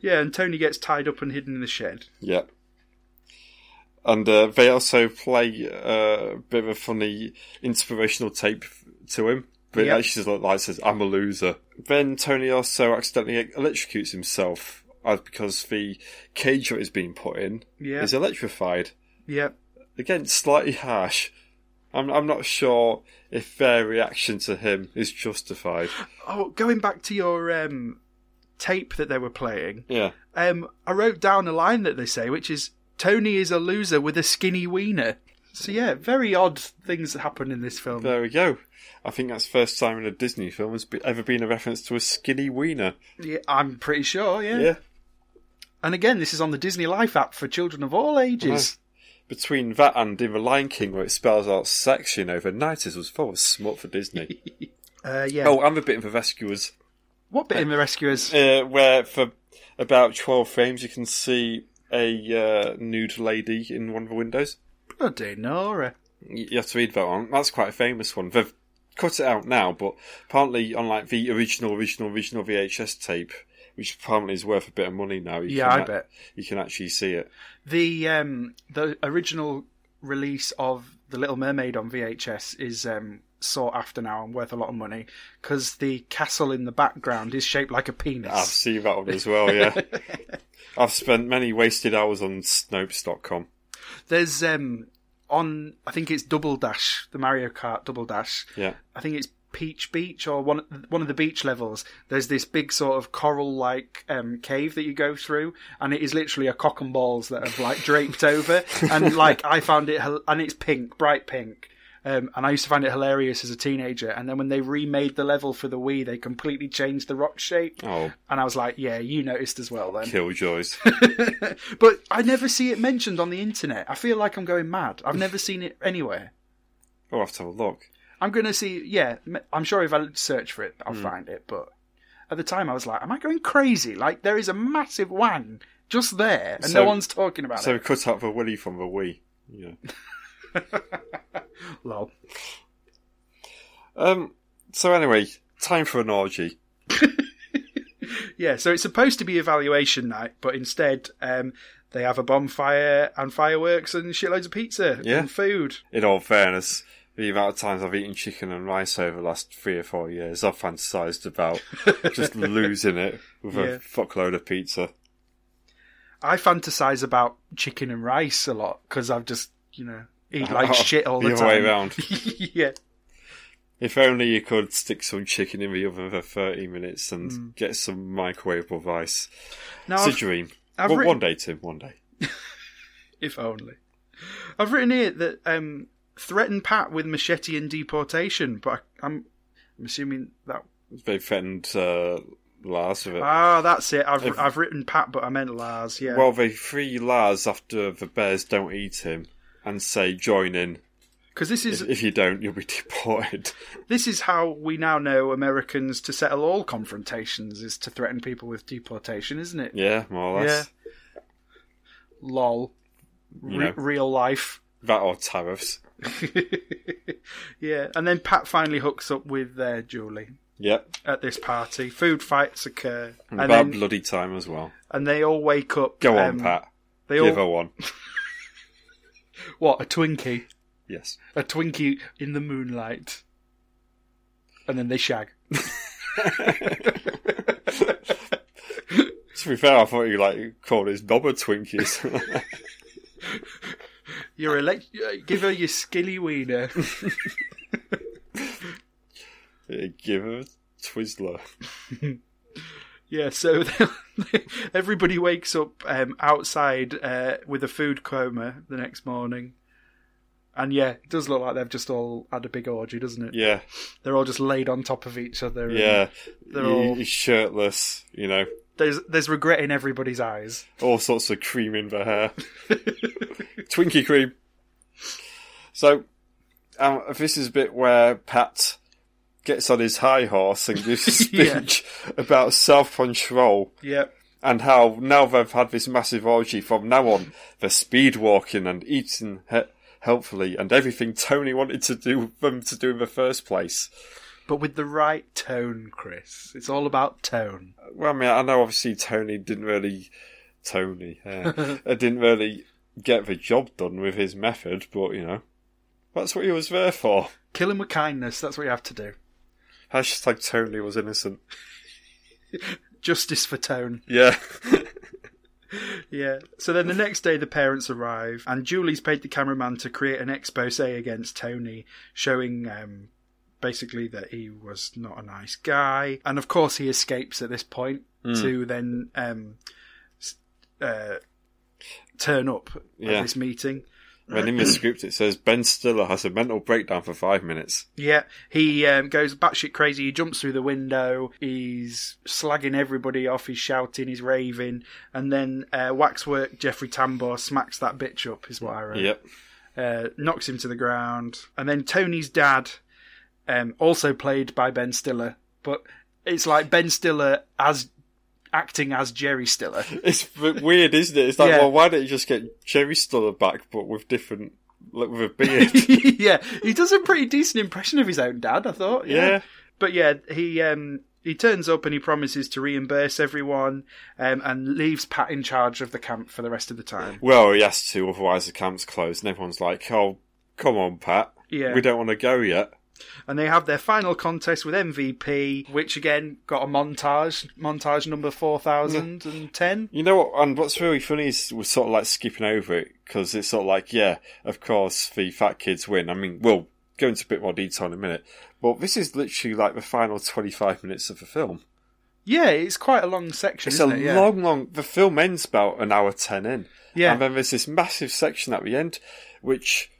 [SPEAKER 3] Yeah, and Tony gets tied up and hidden in the shed.
[SPEAKER 2] Yep. And uh, they also play uh, a bit of a funny inspirational tape to him. But
[SPEAKER 3] Yep.
[SPEAKER 2] it actually just look like it says, I'm a loser. Then Tony also accidentally electrocutes himself uh, because the cage that is being put in
[SPEAKER 3] Yeah.
[SPEAKER 2] is electrified.
[SPEAKER 3] Yeah.
[SPEAKER 2] Again, slightly harsh. I'm, I'm not sure if their reaction to him is justified.
[SPEAKER 3] Oh, going back to your um, tape that they were playing,
[SPEAKER 2] Yeah.
[SPEAKER 3] um, I wrote down a line that they say, which is Tony is a loser with a skinny wiener. So yeah, very odd things that happen in this film.
[SPEAKER 2] There we go. I think that's the first time in a Disney film has be- ever been a reference to a skinny wiener.
[SPEAKER 3] Yeah, I'm pretty sure. Yeah.
[SPEAKER 2] Yeah.
[SPEAKER 3] And again, this is on the Disney Life app for children of all ages.
[SPEAKER 2] Between that and in The Lion King, where it spells out section overnight, it was full of smut for Disney.
[SPEAKER 3] Uh, yeah.
[SPEAKER 2] oh, and the bit in The Rescuers,
[SPEAKER 3] What bit in the Rescuers?
[SPEAKER 2] uh, where for about 12 frames you can see a uh, nude lady in one of the windows.
[SPEAKER 3] Bloody Nora.
[SPEAKER 2] you have to read that one. That's quite a famous one. They've cut it out now, but apparently on like the original, original, original VHS tape, which apparently is worth a bit of money now. You
[SPEAKER 3] Yeah,
[SPEAKER 2] can
[SPEAKER 3] I
[SPEAKER 2] ac-
[SPEAKER 3] bet.
[SPEAKER 2] you can actually see it.
[SPEAKER 3] The um, the original release of The Little Mermaid on VHS is um, sought after now and worth a lot of money because the castle in the background is shaped like a
[SPEAKER 2] I've
[SPEAKER 3] penis.
[SPEAKER 2] seen that one as well. Yeah, I've spent many wasted hours on Snopes.com.
[SPEAKER 3] There's um, on I think it's Double Dash, the Mario Kart Double Dash.
[SPEAKER 2] Yeah,
[SPEAKER 3] I think it's Peach Beach or one one of the beach levels. There's this big sort of coral like um, cave that you go through, and it is literally a cock and balls that have like draped over. And like I found it, hil- and it's pink, bright pink. Um, and I used to find it hilarious as a teenager. And then when they remade the level for the Wii, they completely changed the rock shape.
[SPEAKER 2] Oh.
[SPEAKER 3] And I was like, yeah, you noticed as well then.
[SPEAKER 2] killjoys.
[SPEAKER 3] But I never see it mentioned on the internet. I feel like I'm going mad. I've never seen it anywhere.
[SPEAKER 2] we'll have to have a look.
[SPEAKER 3] I'm gonna see. Yeah, m- I'm sure if I search for it, I'll
[SPEAKER 2] Hmm.
[SPEAKER 3] find it. But at the time, I was like, "Am I going crazy? Like, there is a massive wang just there, and
[SPEAKER 2] So-
[SPEAKER 3] no one's talking about
[SPEAKER 2] So
[SPEAKER 3] it."
[SPEAKER 2] we cut out the Willy from the Wii. Yeah.
[SPEAKER 3] Lol.
[SPEAKER 2] Um. So anyway, time for an orgy.
[SPEAKER 3] Yeah. So it's supposed to be evaluation night, but instead, um, they have a bonfire and fireworks and shitloads of pizza
[SPEAKER 2] Yeah.
[SPEAKER 3] and food.
[SPEAKER 2] In all fairness, the amount of times I've eaten chicken and rice over the last three or four years, I've fantasised about just losing it with
[SPEAKER 3] Yeah.
[SPEAKER 2] a fuckload of pizza.
[SPEAKER 3] I fantasize about chicken and rice a lot because I've just, you know, eat like shit all the,
[SPEAKER 2] other
[SPEAKER 3] time.
[SPEAKER 2] way round.
[SPEAKER 3] yeah.
[SPEAKER 2] If only you could stick some chicken in the oven for 30 minutes and get some microwavable rice.
[SPEAKER 3] Now,
[SPEAKER 2] It's a
[SPEAKER 3] Mm. I've-
[SPEAKER 2] dream.
[SPEAKER 3] I've
[SPEAKER 2] Well,
[SPEAKER 3] written-
[SPEAKER 2] One day, Tim, one day.
[SPEAKER 3] if only. I've written here that um, threaten Pat with machete and deportation, but I, I'm, I'm assuming that.
[SPEAKER 2] They threatened uh, Lars with it.
[SPEAKER 3] Ah, that's it. I've I've written Pat, but I meant Lars. Yeah.
[SPEAKER 2] well, they free Lars after the bears don't eat him and say, join in.
[SPEAKER 3] because this is
[SPEAKER 2] If you don't, you'll be deported.
[SPEAKER 3] this is how we now know Americans to settle all confrontations is to threaten people with deportation, isn't it?
[SPEAKER 2] yeah, more or less.
[SPEAKER 3] Yeah. Lol.
[SPEAKER 2] You
[SPEAKER 3] Re-
[SPEAKER 2] know.
[SPEAKER 3] real life.
[SPEAKER 2] That or tariffs.
[SPEAKER 3] yeah, and then Pat finally hooks up with uh, Julie
[SPEAKER 2] Yep.
[SPEAKER 3] at this party. Food fights occur,
[SPEAKER 2] And
[SPEAKER 3] and
[SPEAKER 2] about
[SPEAKER 3] then,
[SPEAKER 2] bloody time as well.
[SPEAKER 3] and they all wake up.
[SPEAKER 2] Hmm. Go on,
[SPEAKER 3] um,
[SPEAKER 2] Pat.
[SPEAKER 3] They
[SPEAKER 2] Give
[SPEAKER 3] all
[SPEAKER 2] her one.
[SPEAKER 3] What, a Twinkie?
[SPEAKER 2] Yes.
[SPEAKER 3] A Twinkie in the moonlight. And then they shag.
[SPEAKER 2] To be fair, I thought you like called his Bobber Twinkies.
[SPEAKER 3] You're elect- uh, give her your skilly wiener.
[SPEAKER 2] Give her a Twizzler.
[SPEAKER 3] yeah, so everybody wakes up um, outside uh, with a food coma the next morning. And yeah, it does look like they've just all had a big orgy, doesn't it?
[SPEAKER 2] Yeah,
[SPEAKER 3] They're all just laid on top of each other. and
[SPEAKER 2] yeah.
[SPEAKER 3] They're
[SPEAKER 2] He-
[SPEAKER 3] all-
[SPEAKER 2] He's shirtless, you know.
[SPEAKER 3] There's there's regret in everybody's eyes.
[SPEAKER 2] All sorts of cream in the hair. Twinkie cream. So, um, this is a bit where Pat gets on his high horse and gives a
[SPEAKER 3] Yeah.
[SPEAKER 2] speech about self control.
[SPEAKER 3] Yep.
[SPEAKER 2] and how now they've had this massive orgy from now on, they're speed walking and eating he- healthfully and everything Tony wanted to do them to do in the first place.
[SPEAKER 3] But with the right tone, Chris. It's all about tone.
[SPEAKER 2] Well, I mean, I know obviously Tony didn't really, Tony, uh, didn't really get the job done with his method, but you know, that's what he was there for.
[SPEAKER 3] Kill him with kindness, that's what you have to do.
[SPEAKER 2] Hashtag Tony was innocent.
[SPEAKER 3] Justice for tone.
[SPEAKER 2] Yeah.
[SPEAKER 3] Yeah. So then the next day, the parents arrive, and Julie's paid the cameraman to create an expose against Tony, showing um, basically that he was not a nice guy. And of course, he escapes at this point. to then um, s- uh, turn up
[SPEAKER 2] Yeah.
[SPEAKER 3] at this meeting.
[SPEAKER 2] When in the script it says Ben Stiller has a mental breakdown for five minutes.
[SPEAKER 3] Yeah, he um, goes batshit crazy. He jumps through the window. He's slagging everybody off. He's shouting. He's raving. And then uh, waxwork Jeffrey Tambor smacks that bitch up. Is what I wrote.
[SPEAKER 2] Yep.
[SPEAKER 3] Uh, knocks him to the ground. And then Tony's dad, um, also played by Ben Stiller, but it's like Ben Stiller as acting as Jerry Stiller.
[SPEAKER 2] It's v- weird, isn't it? It's like,
[SPEAKER 3] Yeah.
[SPEAKER 2] well, why don't you just get Jerry Stiller back, but with different, like with a beard?
[SPEAKER 3] yeah, he does a pretty decent impression of his own dad. I thought.
[SPEAKER 2] yeah.
[SPEAKER 3] but yeah, he um he turns up and he promises to reimburse everyone um, and leaves Pat in charge of the camp for the rest of the time.
[SPEAKER 2] Well, he has to, otherwise the camp's closed, and everyone's like, oh, come on, Pat.
[SPEAKER 3] Yeah.
[SPEAKER 2] We don't want to go yet.
[SPEAKER 3] And they have their final contest with MVP, which again got a montage, montage number 4010.
[SPEAKER 2] You know what? And what's really funny is we're sort of like skipping over it because it's sort of like, yeah, of course the fat kids win. I mean, we'll go into a bit more detail in a minute, but this is literally like the final twenty-five minutes of the film.
[SPEAKER 3] Yeah, it's quite a long section.
[SPEAKER 2] It's a
[SPEAKER 3] isn't it? Yeah.
[SPEAKER 2] long, long. The film ends about an hour ten in,
[SPEAKER 3] Yeah.
[SPEAKER 2] and then there's this massive section at the end, which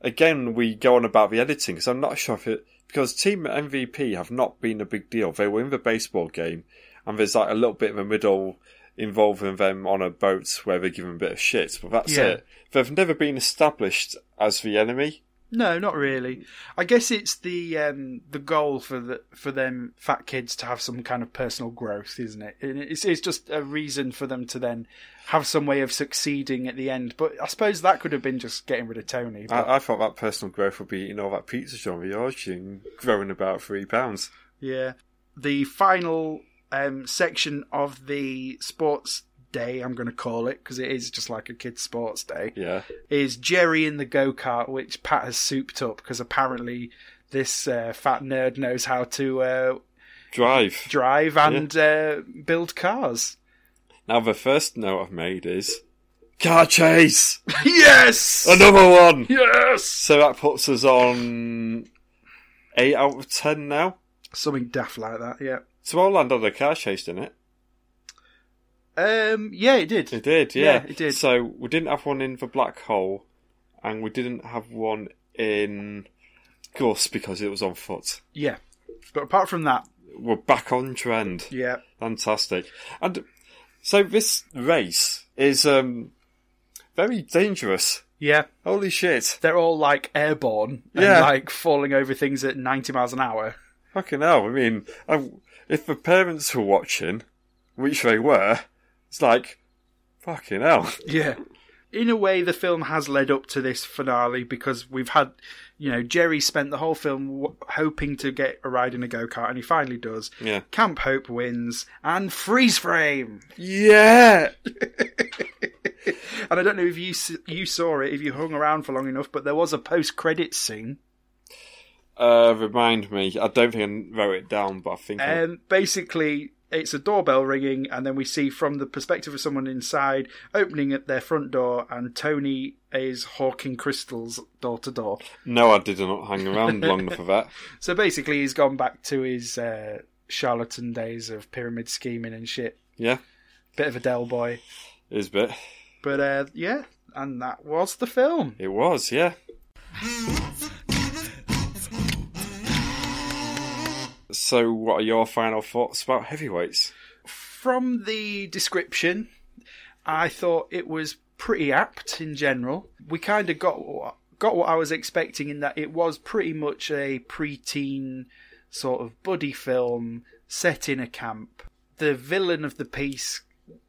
[SPEAKER 2] again we go on about the editing because I'm not sure if it because Team MVP have not been a big deal. They were in the baseball game, and there's like a little bit of a middle involving them on a boat where they give them a bit of shit, but that's
[SPEAKER 3] Yeah.
[SPEAKER 2] it. They've never been established as the enemy.
[SPEAKER 3] No, not really. I guess it's the um, the goal for the for them fat kids to have some kind of personal growth, isn't it? And it's it's just a reason for them to then have some way of succeeding at the end. But I suppose that could have been just getting rid of Tony. But,
[SPEAKER 2] I, I thought that personal growth would be eating all that pizza, John Riorgi, and growing about three pounds.
[SPEAKER 3] yeah, the final um, section of the sports day, I'm going to call it because it is just like a kids' sports day.
[SPEAKER 2] Yeah.
[SPEAKER 3] is Jerry in the go kart, which Pat has souped up because apparently this uh, fat nerd knows how to uh,
[SPEAKER 2] Drive.
[SPEAKER 3] drive and uh, build cars.
[SPEAKER 2] Now the first note I've made is car chase,
[SPEAKER 3] yes,
[SPEAKER 2] another one.
[SPEAKER 3] yes,
[SPEAKER 2] So that puts us on eight out of ten now.
[SPEAKER 3] something daft like that. Yeah,
[SPEAKER 2] So I'll land on the car chase, didn't it?
[SPEAKER 3] um, yeah, it did.
[SPEAKER 2] It did, yeah.
[SPEAKER 3] Yeah, it did.
[SPEAKER 2] So we didn't have one in the black hole, and we didn't have one in Gus because it was on foot.
[SPEAKER 3] Yeah, but apart from that,
[SPEAKER 2] We're back on trend.
[SPEAKER 3] yeah,
[SPEAKER 2] Fantastic. And so this race is um very dangerous.
[SPEAKER 3] yeah,
[SPEAKER 2] Holy shit.
[SPEAKER 3] they're all like airborne and
[SPEAKER 2] Yeah.
[SPEAKER 3] like falling over things at ninety miles an hour.
[SPEAKER 2] Fucking hell! I mean, I, if the parents were watching, which they were, it's like, fucking hell.
[SPEAKER 3] Yeah. In a way, the film has led up to this finale because we've had, you know, Jerry spent the whole film w- hoping to get a ride in a go kart, and he finally does.
[SPEAKER 2] Yeah.
[SPEAKER 3] Camp Hope wins, and freeze frame.
[SPEAKER 2] Yeah.
[SPEAKER 3] And I don't know if you s- you saw it, if you hung around for long enough, but there was a post credits scene.
[SPEAKER 2] Uh, remind me. I don't think I wrote it down, but I think. I-
[SPEAKER 3] Um, basically, it's a doorbell ringing, and then we see from the perspective of someone inside opening at their front door, and Tony is hawking crystals door to door.
[SPEAKER 2] no, I did not hang around long enough for that.
[SPEAKER 3] So basically, he's gone back to his uh, charlatan days of pyramid scheming and shit.
[SPEAKER 2] Yeah,
[SPEAKER 3] Bit of a Dell boy,
[SPEAKER 2] it was a bit.
[SPEAKER 3] but uh, yeah, and that was the film.
[SPEAKER 2] It was. Yeah. So, what are your final thoughts about heavyweights?
[SPEAKER 3] from the description, I thought it was pretty apt in general. We kind of got what, got what I was expecting in that it was pretty much a preteen sort of buddy film set in a camp. The villain of the piece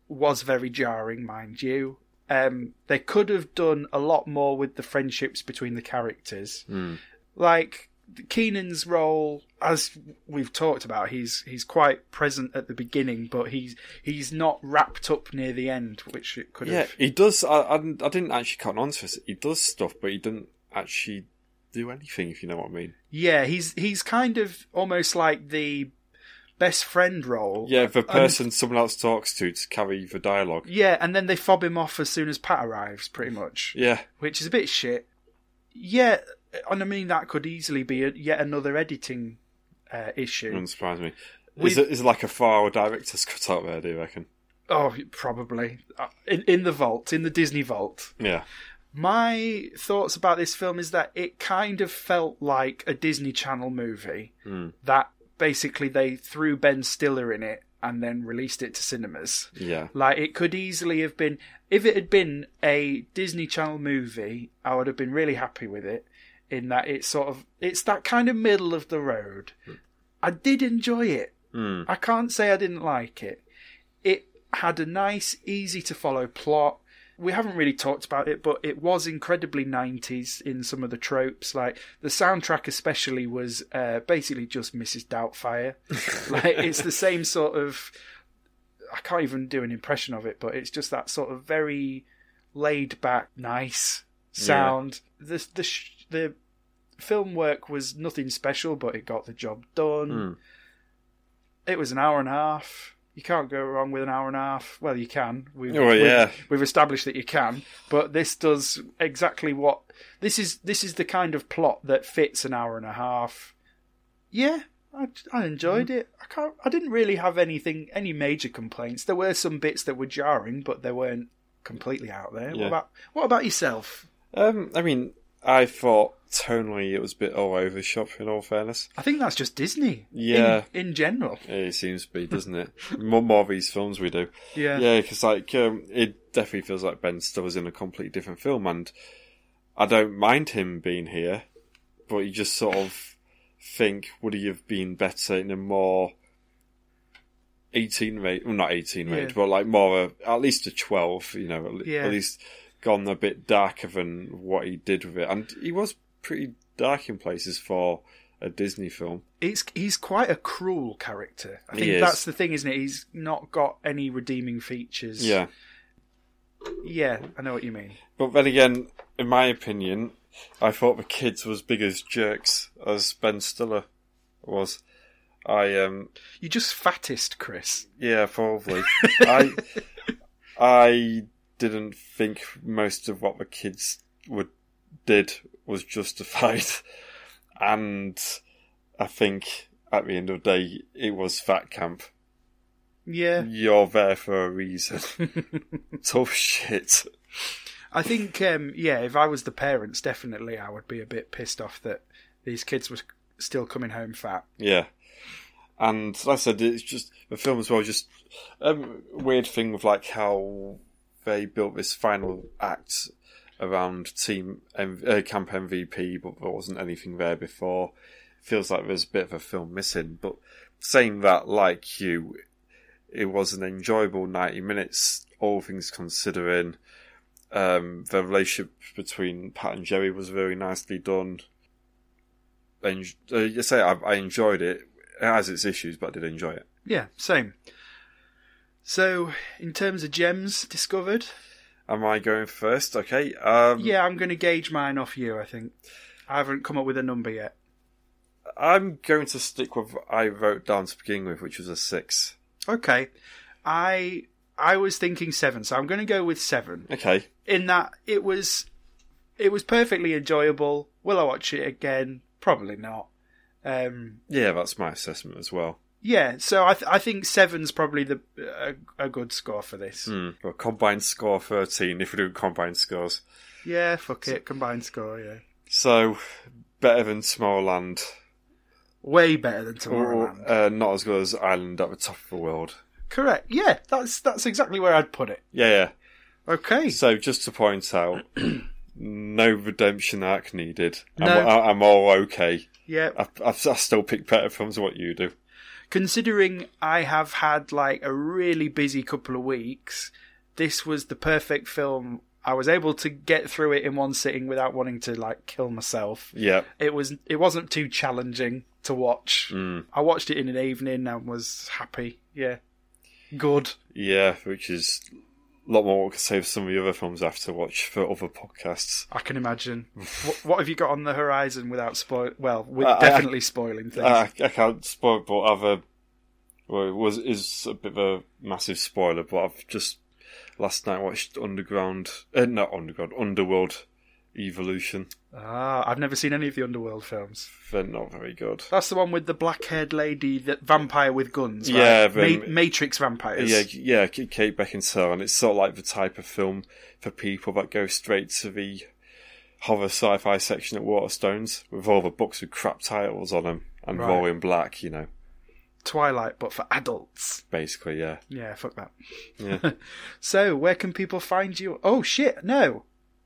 [SPEAKER 3] was very jarring, mind you. Um, they could have done a lot more with the friendships between the characters. Like Keenan's role, as we've talked about, he's he's quite present at the beginning, but he's he's not wrapped up near the end, which it could
[SPEAKER 2] Yeah,
[SPEAKER 3] have.
[SPEAKER 2] he does. I, I, didn't- I didn't actually cotton on to this. He does stuff, but he doesn't actually do anything. If you know what I mean.
[SPEAKER 3] Yeah, he's he's kind of almost like the best friend role.
[SPEAKER 2] Yeah, the person someone else talks to to carry the dialogue.
[SPEAKER 3] Yeah, and then they fob him off as soon as Pat arrives, pretty much.
[SPEAKER 2] Yeah,
[SPEAKER 3] which is a bit shit. Yeah, and I mean that could easily be a, yet another editing uh, issue.
[SPEAKER 2] Mm. doesn't surprise me. Is it, is it like a four-hour director's cut out there? Do you reckon?
[SPEAKER 3] Oh, probably Uh, in in the vault, in the Disney vault.
[SPEAKER 2] Yeah,
[SPEAKER 3] My thoughts about this film is that it kind of felt like a Disney Channel movie that basically they threw Ben Stiller in it and then released it to cinemas.
[SPEAKER 2] yeah,
[SPEAKER 3] Like it could easily have been if it had been a Disney Channel movie, I would have been really happy with it in that it's sort of it's that kind of middle of the road. I did enjoy it. I can't say I didn't like it. It had a nice, easy to follow plot. We haven't really talked about it, but it was incredibly 90s in some of the tropes. Like the soundtrack, especially, was uh, basically just Mrs. Doubtfire. like it's the same sort of. I can't even do an impression of it, but it's just that sort of very laid back, nice sound. The the sh- the film work was nothing special, but it got the job done. It was an hour and a half. You can't go wrong with an hour and a half. Well, you can. We've,
[SPEAKER 2] Oh, yeah.
[SPEAKER 3] we've, we've established that you can, but this does exactly what this is. This is the kind of plot that fits an hour and a half. Yeah, I, I enjoyed
[SPEAKER 2] Hmm.
[SPEAKER 3] it. I can't. I didn't really have anything, any major complaints. There were some bits that were jarring, but they weren't completely out there. What
[SPEAKER 2] Yeah.
[SPEAKER 3] about what about yourself?
[SPEAKER 2] Um, I mean, I thought tonally it was a bit all over the shop. In all fairness,
[SPEAKER 3] I think that's just Disney.
[SPEAKER 2] Yeah.
[SPEAKER 3] In, in general.
[SPEAKER 2] it seems to be, doesn't it? more, more of these films we do.
[SPEAKER 3] Yeah.
[SPEAKER 2] Yeah, because like um, it definitely feels like Ben Stiller's in a completely different film, and I don't mind him being here, but you just sort of think would he have been better in a more eighteen rate, well, not eighteen rate,
[SPEAKER 3] Yeah.
[SPEAKER 2] but like more a, at least a twelve, you know, at, le-
[SPEAKER 3] Yeah.
[SPEAKER 2] at least gone a bit darker than what he did with it, and he was pretty dark in places for a Disney film.
[SPEAKER 3] It's he's quite a cruel character. I
[SPEAKER 2] He
[SPEAKER 3] think
[SPEAKER 2] is.
[SPEAKER 3] that's the thing, isn't it? He's not got any redeeming features.
[SPEAKER 2] Yeah.
[SPEAKER 3] Yeah, I know what you mean.
[SPEAKER 2] But then again, in my opinion, I thought the kids was big as jerks as Ben Stiller was. I um
[SPEAKER 3] You're just fattest, Chris.
[SPEAKER 2] yeah, probably. I I didn't think most of what the kids would did was justified, and I think at the end of the day, it was fat camp.
[SPEAKER 3] Yeah.
[SPEAKER 2] You're there for a reason. Tough shit.
[SPEAKER 3] I think, um, yeah, if I was the parents, definitely I would be a bit pissed off that these kids were still coming home fat.
[SPEAKER 2] Yeah. And like I said, it's just the film as well. Just um, weird thing with like how they built this final act around team M- uh, camp MVP, but there wasn't anything there before. Feels like there's a bit of a film missing. But saying that, like you, it was an enjoyable ninety minutes. All things considering, um, the relationship between Pat and Jerry was very nicely done. En- uh, you say I, I enjoyed it. It has its issues, but I did enjoy it.
[SPEAKER 3] Yeah, same. So, in terms of gems discovered,
[SPEAKER 2] Am I going first? Okay. Um,
[SPEAKER 3] yeah, I'm going to gauge mine off you, I think. I haven't come up with a number yet.
[SPEAKER 2] I'm going to stick with what I wrote down to begin with, which was a six.
[SPEAKER 3] Okay. I I was thinking 7, so I'm going to go with 7.
[SPEAKER 2] Okay.
[SPEAKER 3] in that it was it was perfectly enjoyable. Will I watch it again? Probably not. Um,
[SPEAKER 2] Yeah, that's my assessment as well.
[SPEAKER 3] yeah, so I th- I think seven's probably the a, a good score for this.
[SPEAKER 2] Hmm. Well, combined score 13 if we do combined scores.
[SPEAKER 3] Yeah, fuck it, combined score. Yeah,
[SPEAKER 2] So, better than Tomorrowland.
[SPEAKER 3] way better than
[SPEAKER 2] Or,
[SPEAKER 3] Tomorrowland.
[SPEAKER 2] uh, not as good as Island at the Top of the World.
[SPEAKER 3] Correct. Yeah, that's that's exactly where I'd put it.
[SPEAKER 2] Yeah, yeah.
[SPEAKER 3] Okay.
[SPEAKER 2] So, just to point out, no redemption arc needed.
[SPEAKER 3] No.
[SPEAKER 2] I'm, I, I'm all okay.
[SPEAKER 3] Yeah.
[SPEAKER 2] I, I, I still pick better films than what you do.
[SPEAKER 3] Considering I have had like a really busy couple of weeks, this was the perfect film. I was able to get through it in one sitting without wanting to like kill myself.
[SPEAKER 2] Yeah.
[SPEAKER 3] it was it wasn't too challenging to watch.
[SPEAKER 2] Mm.
[SPEAKER 3] I watched it in an evening and was happy. Yeah, good.
[SPEAKER 2] Yeah, which is a lot more what I could say of some of the other films I have to watch for other podcasts.
[SPEAKER 3] I can imagine. what, what have you got on the horizon without spoil? Well, with
[SPEAKER 2] Uh, I- uh,
[SPEAKER 3] definitely spoiling things.
[SPEAKER 2] I, I can't spoil, but I've uh, well, it was is a bit of a massive spoiler, but I've just last night watched Underground, uh, not Underground, Underworld Evolution.
[SPEAKER 3] Ah, I've never seen any of the Underworld films.
[SPEAKER 2] They're not very good.
[SPEAKER 3] That's the one with the black-haired lady, that vampire with guns. Right?
[SPEAKER 2] Yeah, but-
[SPEAKER 3] Ma- Matrix vampires.
[SPEAKER 2] Yeah, yeah, K- Kate Beckinsale, and it's sort of like the type of film for people that go straight to the horror sci-fi section at Waterstones with all the books with crap titles on them and
[SPEAKER 3] Right.
[SPEAKER 2] roaring black, you know,
[SPEAKER 3] Twilight, but for adults.
[SPEAKER 2] basically, yeah.
[SPEAKER 3] Yeah, fuck that.
[SPEAKER 2] Yeah.
[SPEAKER 3] so, where can people find you? Oh shit, no.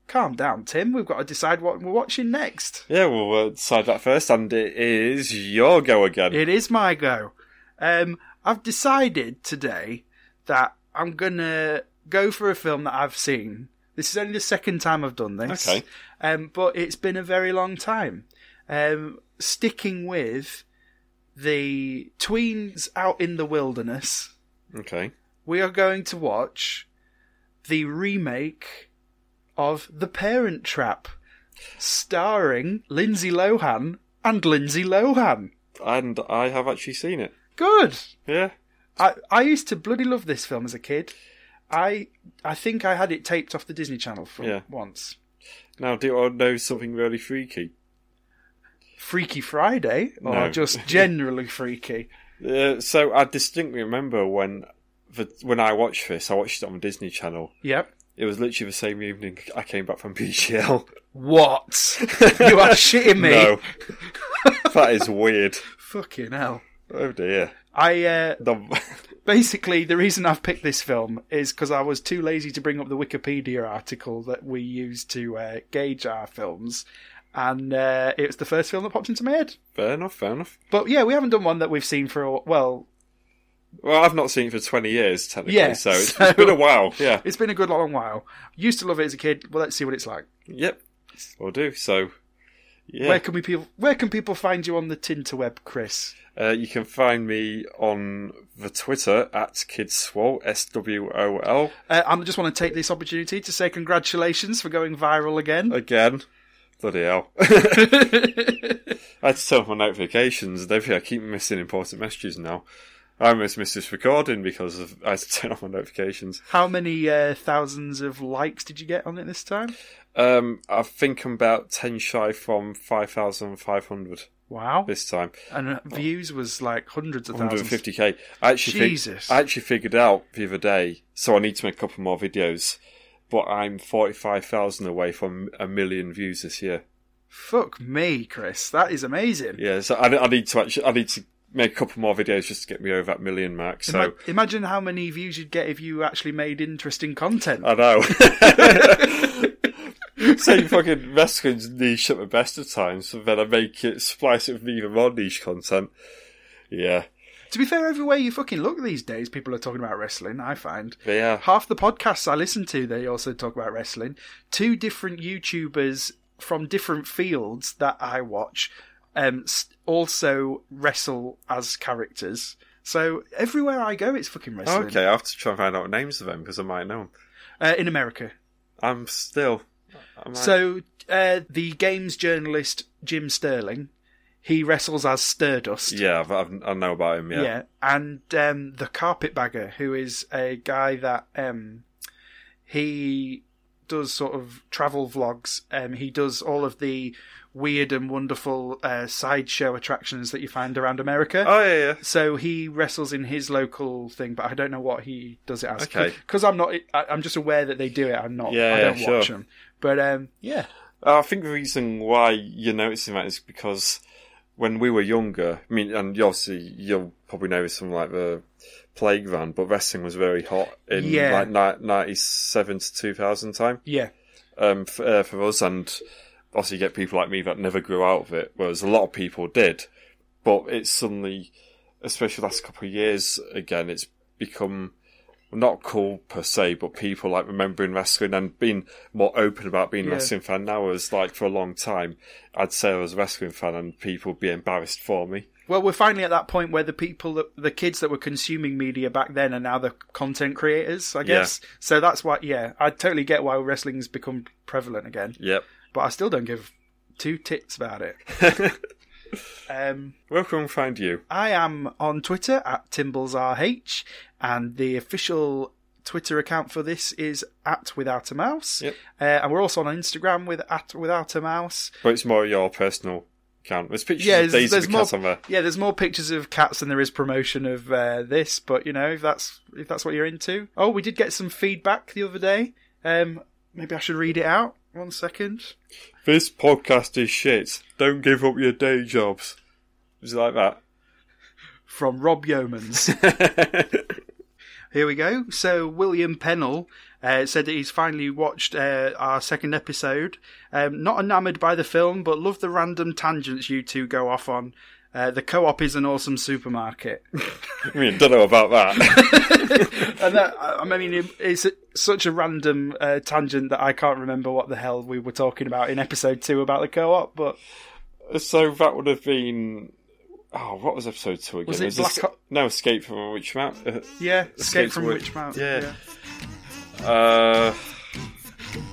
[SPEAKER 3] Calm down, Tim. We've got to decide what we're watching next.
[SPEAKER 2] Yeah, well, we'll decide that first, and it is your go again.
[SPEAKER 3] It is my go. Um, I've decided today that I'm gonna go for a film that I've seen. This is only the second time I've done this.
[SPEAKER 2] Okay.
[SPEAKER 3] Um, but it's been a very long time. Um, sticking with the tweens out in the wilderness.
[SPEAKER 2] Okay.
[SPEAKER 3] we are going to watch the remake of The Parent Trap, starring Lindsay Lohan and Lindsay Lohan.
[SPEAKER 2] And I have actually seen it.
[SPEAKER 3] Good.
[SPEAKER 2] Yeah.
[SPEAKER 3] I, I used to bloody love this film as a kid. I I think I had it taped off the Disney Channel for
[SPEAKER 2] Yeah.
[SPEAKER 3] once.
[SPEAKER 2] Now, do you want to know something really freaky?
[SPEAKER 3] Freaky Friday, or
[SPEAKER 2] No.
[SPEAKER 3] just generally freaky.
[SPEAKER 2] Uh, so I distinctly remember when the, when I watched this, I watched it on the Disney Channel.
[SPEAKER 3] Yep.
[SPEAKER 2] It was literally the same evening I came back from BGL.
[SPEAKER 3] What? you are shitting me.
[SPEAKER 2] No. that is weird.
[SPEAKER 3] Fucking hell.
[SPEAKER 2] Oh dear.
[SPEAKER 3] I uh,
[SPEAKER 2] The-
[SPEAKER 3] basically the reason I've picked this film is because I was too lazy to bring up the Wikipedia article that we use to uh, gauge our films, and uh, it was the first film that popped into my head.
[SPEAKER 2] fair enough, fair enough.
[SPEAKER 3] But yeah, we haven't done one that we've seen for a, well,
[SPEAKER 2] Well, I've not seen it for 20 years, technically,
[SPEAKER 3] Yeah,
[SPEAKER 2] so it's
[SPEAKER 3] so-
[SPEAKER 2] been a while. Yeah.
[SPEAKER 3] it's been a good long while. Used to love it as a kid. Well, let's see what it's like.
[SPEAKER 2] Yep. Will do. So, yeah.
[SPEAKER 3] Where can we people Where can people find you on the Tinterweb, Chris?
[SPEAKER 2] Uh, you can find me on the Twitter at kidswol, S-W-O-L,
[SPEAKER 3] Uh, I just want to take this opportunity to say congratulations for going viral
[SPEAKER 2] Oh,
[SPEAKER 3] again.
[SPEAKER 2] again. Bloody hell. I had to turn off my notifications and everything. I keep missing important messages now. I almost missed this recording because of, I had to turn off my notifications.
[SPEAKER 3] How many uh, thousands of likes did you get on it this time?
[SPEAKER 2] Um, I think I'm about 10 shy from 5,500
[SPEAKER 3] Wow.
[SPEAKER 2] this time.
[SPEAKER 3] and uh, views was like hundreds of thousands.
[SPEAKER 2] 150k. I actually fig-
[SPEAKER 3] Jesus.
[SPEAKER 2] I actually figured out the other day, so I need to make a couple more videos. But I'm 45,000 away from a million views this year.
[SPEAKER 3] Fuck me, Chris. That is amazing.
[SPEAKER 2] Yeah, so I, I need to actually, I need to make a couple more videos just to get me over that million mark. So
[SPEAKER 3] Ima- imagine how many views you'd get if you actually made interesting content.
[SPEAKER 2] I know. Same fucking Mexicans niche at the best of times, and then I make it splice it with even more niche content. Yeah,
[SPEAKER 3] to be fair, everywhere you fucking look these days, people are talking about wrestling. I find
[SPEAKER 2] but yeah.
[SPEAKER 3] half the podcasts I listen to, they also talk about wrestling. Two different YouTubers from different fields that I watch um, s- also wrestle as characters. So everywhere I go, it's fucking wrestling.
[SPEAKER 2] Okay, I have to try and find out the names of them because I might know them.
[SPEAKER 3] Uh, in America,
[SPEAKER 2] I'm still. I might-
[SPEAKER 3] So uh, the games journalist Jim Sterling, he wrestles as Stardust.
[SPEAKER 2] Yeah, I've, I've, I know about him. Yeah.
[SPEAKER 3] Yeah, and um, the carpetbagger, who is a guy that um, he does sort of travel vlogs. Um, he does all of the weird and wonderful uh, sideshow attractions that you find around America.
[SPEAKER 2] Oh yeah, yeah.
[SPEAKER 3] So he wrestles in his local thing, but I don't know what he does it as.
[SPEAKER 2] Okay.
[SPEAKER 3] because I'm not. I, I'm just aware that they do it. I'm not.
[SPEAKER 2] Yeah,
[SPEAKER 3] I don't
[SPEAKER 2] yeah,
[SPEAKER 3] watch
[SPEAKER 2] sure.
[SPEAKER 3] them. But um, yeah,
[SPEAKER 2] Uh, I think the reason why you're noticing that is because when we were younger, I mean, and you obviously you'll probably know this from like the playground, but wrestling was very hot in
[SPEAKER 3] Yeah.
[SPEAKER 2] like like '97 to 2000 time
[SPEAKER 3] yeah.
[SPEAKER 2] um, f uh, for us, and obviously you get people like me that never grew out of it, whereas a lot of people did. But it's suddenly, especially the last couple of years, again, it's become not cool per se, but people like remembering wrestling and being more open about being a
[SPEAKER 3] Yeah.
[SPEAKER 2] wrestling fan now. Whereas like for a long time, I'd say I was a wrestling fan, and people would be embarrassed for me.
[SPEAKER 3] Well, we're finally at that point where the people, that, the kids that were consuming media back then are now the content creators, I guess. So that's why, yeah, I totally get why wrestling's become prevalent again,
[SPEAKER 2] Yep.
[SPEAKER 3] but I still don't give two tits about it. um,
[SPEAKER 2] Where can we find you?
[SPEAKER 3] I am on Twitter at TimblesRH, and the official Twitter account for this is at Without a Mouse,
[SPEAKER 2] Yep.
[SPEAKER 3] uh, and we're also on Instagram with at Without a Mouse.
[SPEAKER 2] But it's more your personal account. There's pictures
[SPEAKER 3] Yeah,
[SPEAKER 2] of
[SPEAKER 3] there's,
[SPEAKER 2] Daisy
[SPEAKER 3] there's
[SPEAKER 2] the
[SPEAKER 3] more.
[SPEAKER 2] cat on there.
[SPEAKER 3] Yeah, there's more pictures of cats than there is promotion of uh, this. But you know, if that's if that's what you're into. Oh, we did get some feedback the other day. Um, maybe I should read it out. One second.
[SPEAKER 2] This podcast is shit. Don't give up your day jobs. Is it like that?
[SPEAKER 3] From Rob Yeomans. Here we go. So William Pennell uh, said that he's finally watched uh, our second episode. Um, not enamoured by the film, but love the random tangents you two go off on. Uh, the co-op is an awesome supermarket,
[SPEAKER 2] I mean, don't know about that.
[SPEAKER 3] and that I I mean, it- it's such a random uh, tangent that I can't remember what the hell we were talking about in episode two about the co-op. But
[SPEAKER 2] so that would have been. Oh, what was episode two again?
[SPEAKER 3] Was it
[SPEAKER 2] this-
[SPEAKER 3] Black O-
[SPEAKER 2] No, Escape from Witch Mount.
[SPEAKER 3] yeah, escape,
[SPEAKER 2] Escape
[SPEAKER 3] from
[SPEAKER 2] to
[SPEAKER 3] Witch Mountain.
[SPEAKER 2] Yeah. Uh,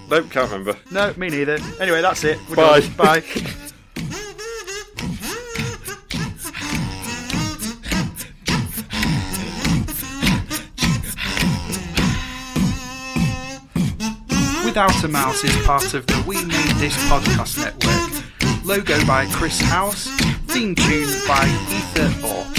[SPEAKER 2] nope, can't remember.
[SPEAKER 3] No, me neither. Anyway, that's it. We're
[SPEAKER 2] Bye.
[SPEAKER 3] done. Bye. Without a Mouse is part of the We Made This podcast network. Logo by Chris House. Theme tune by Ether Orr.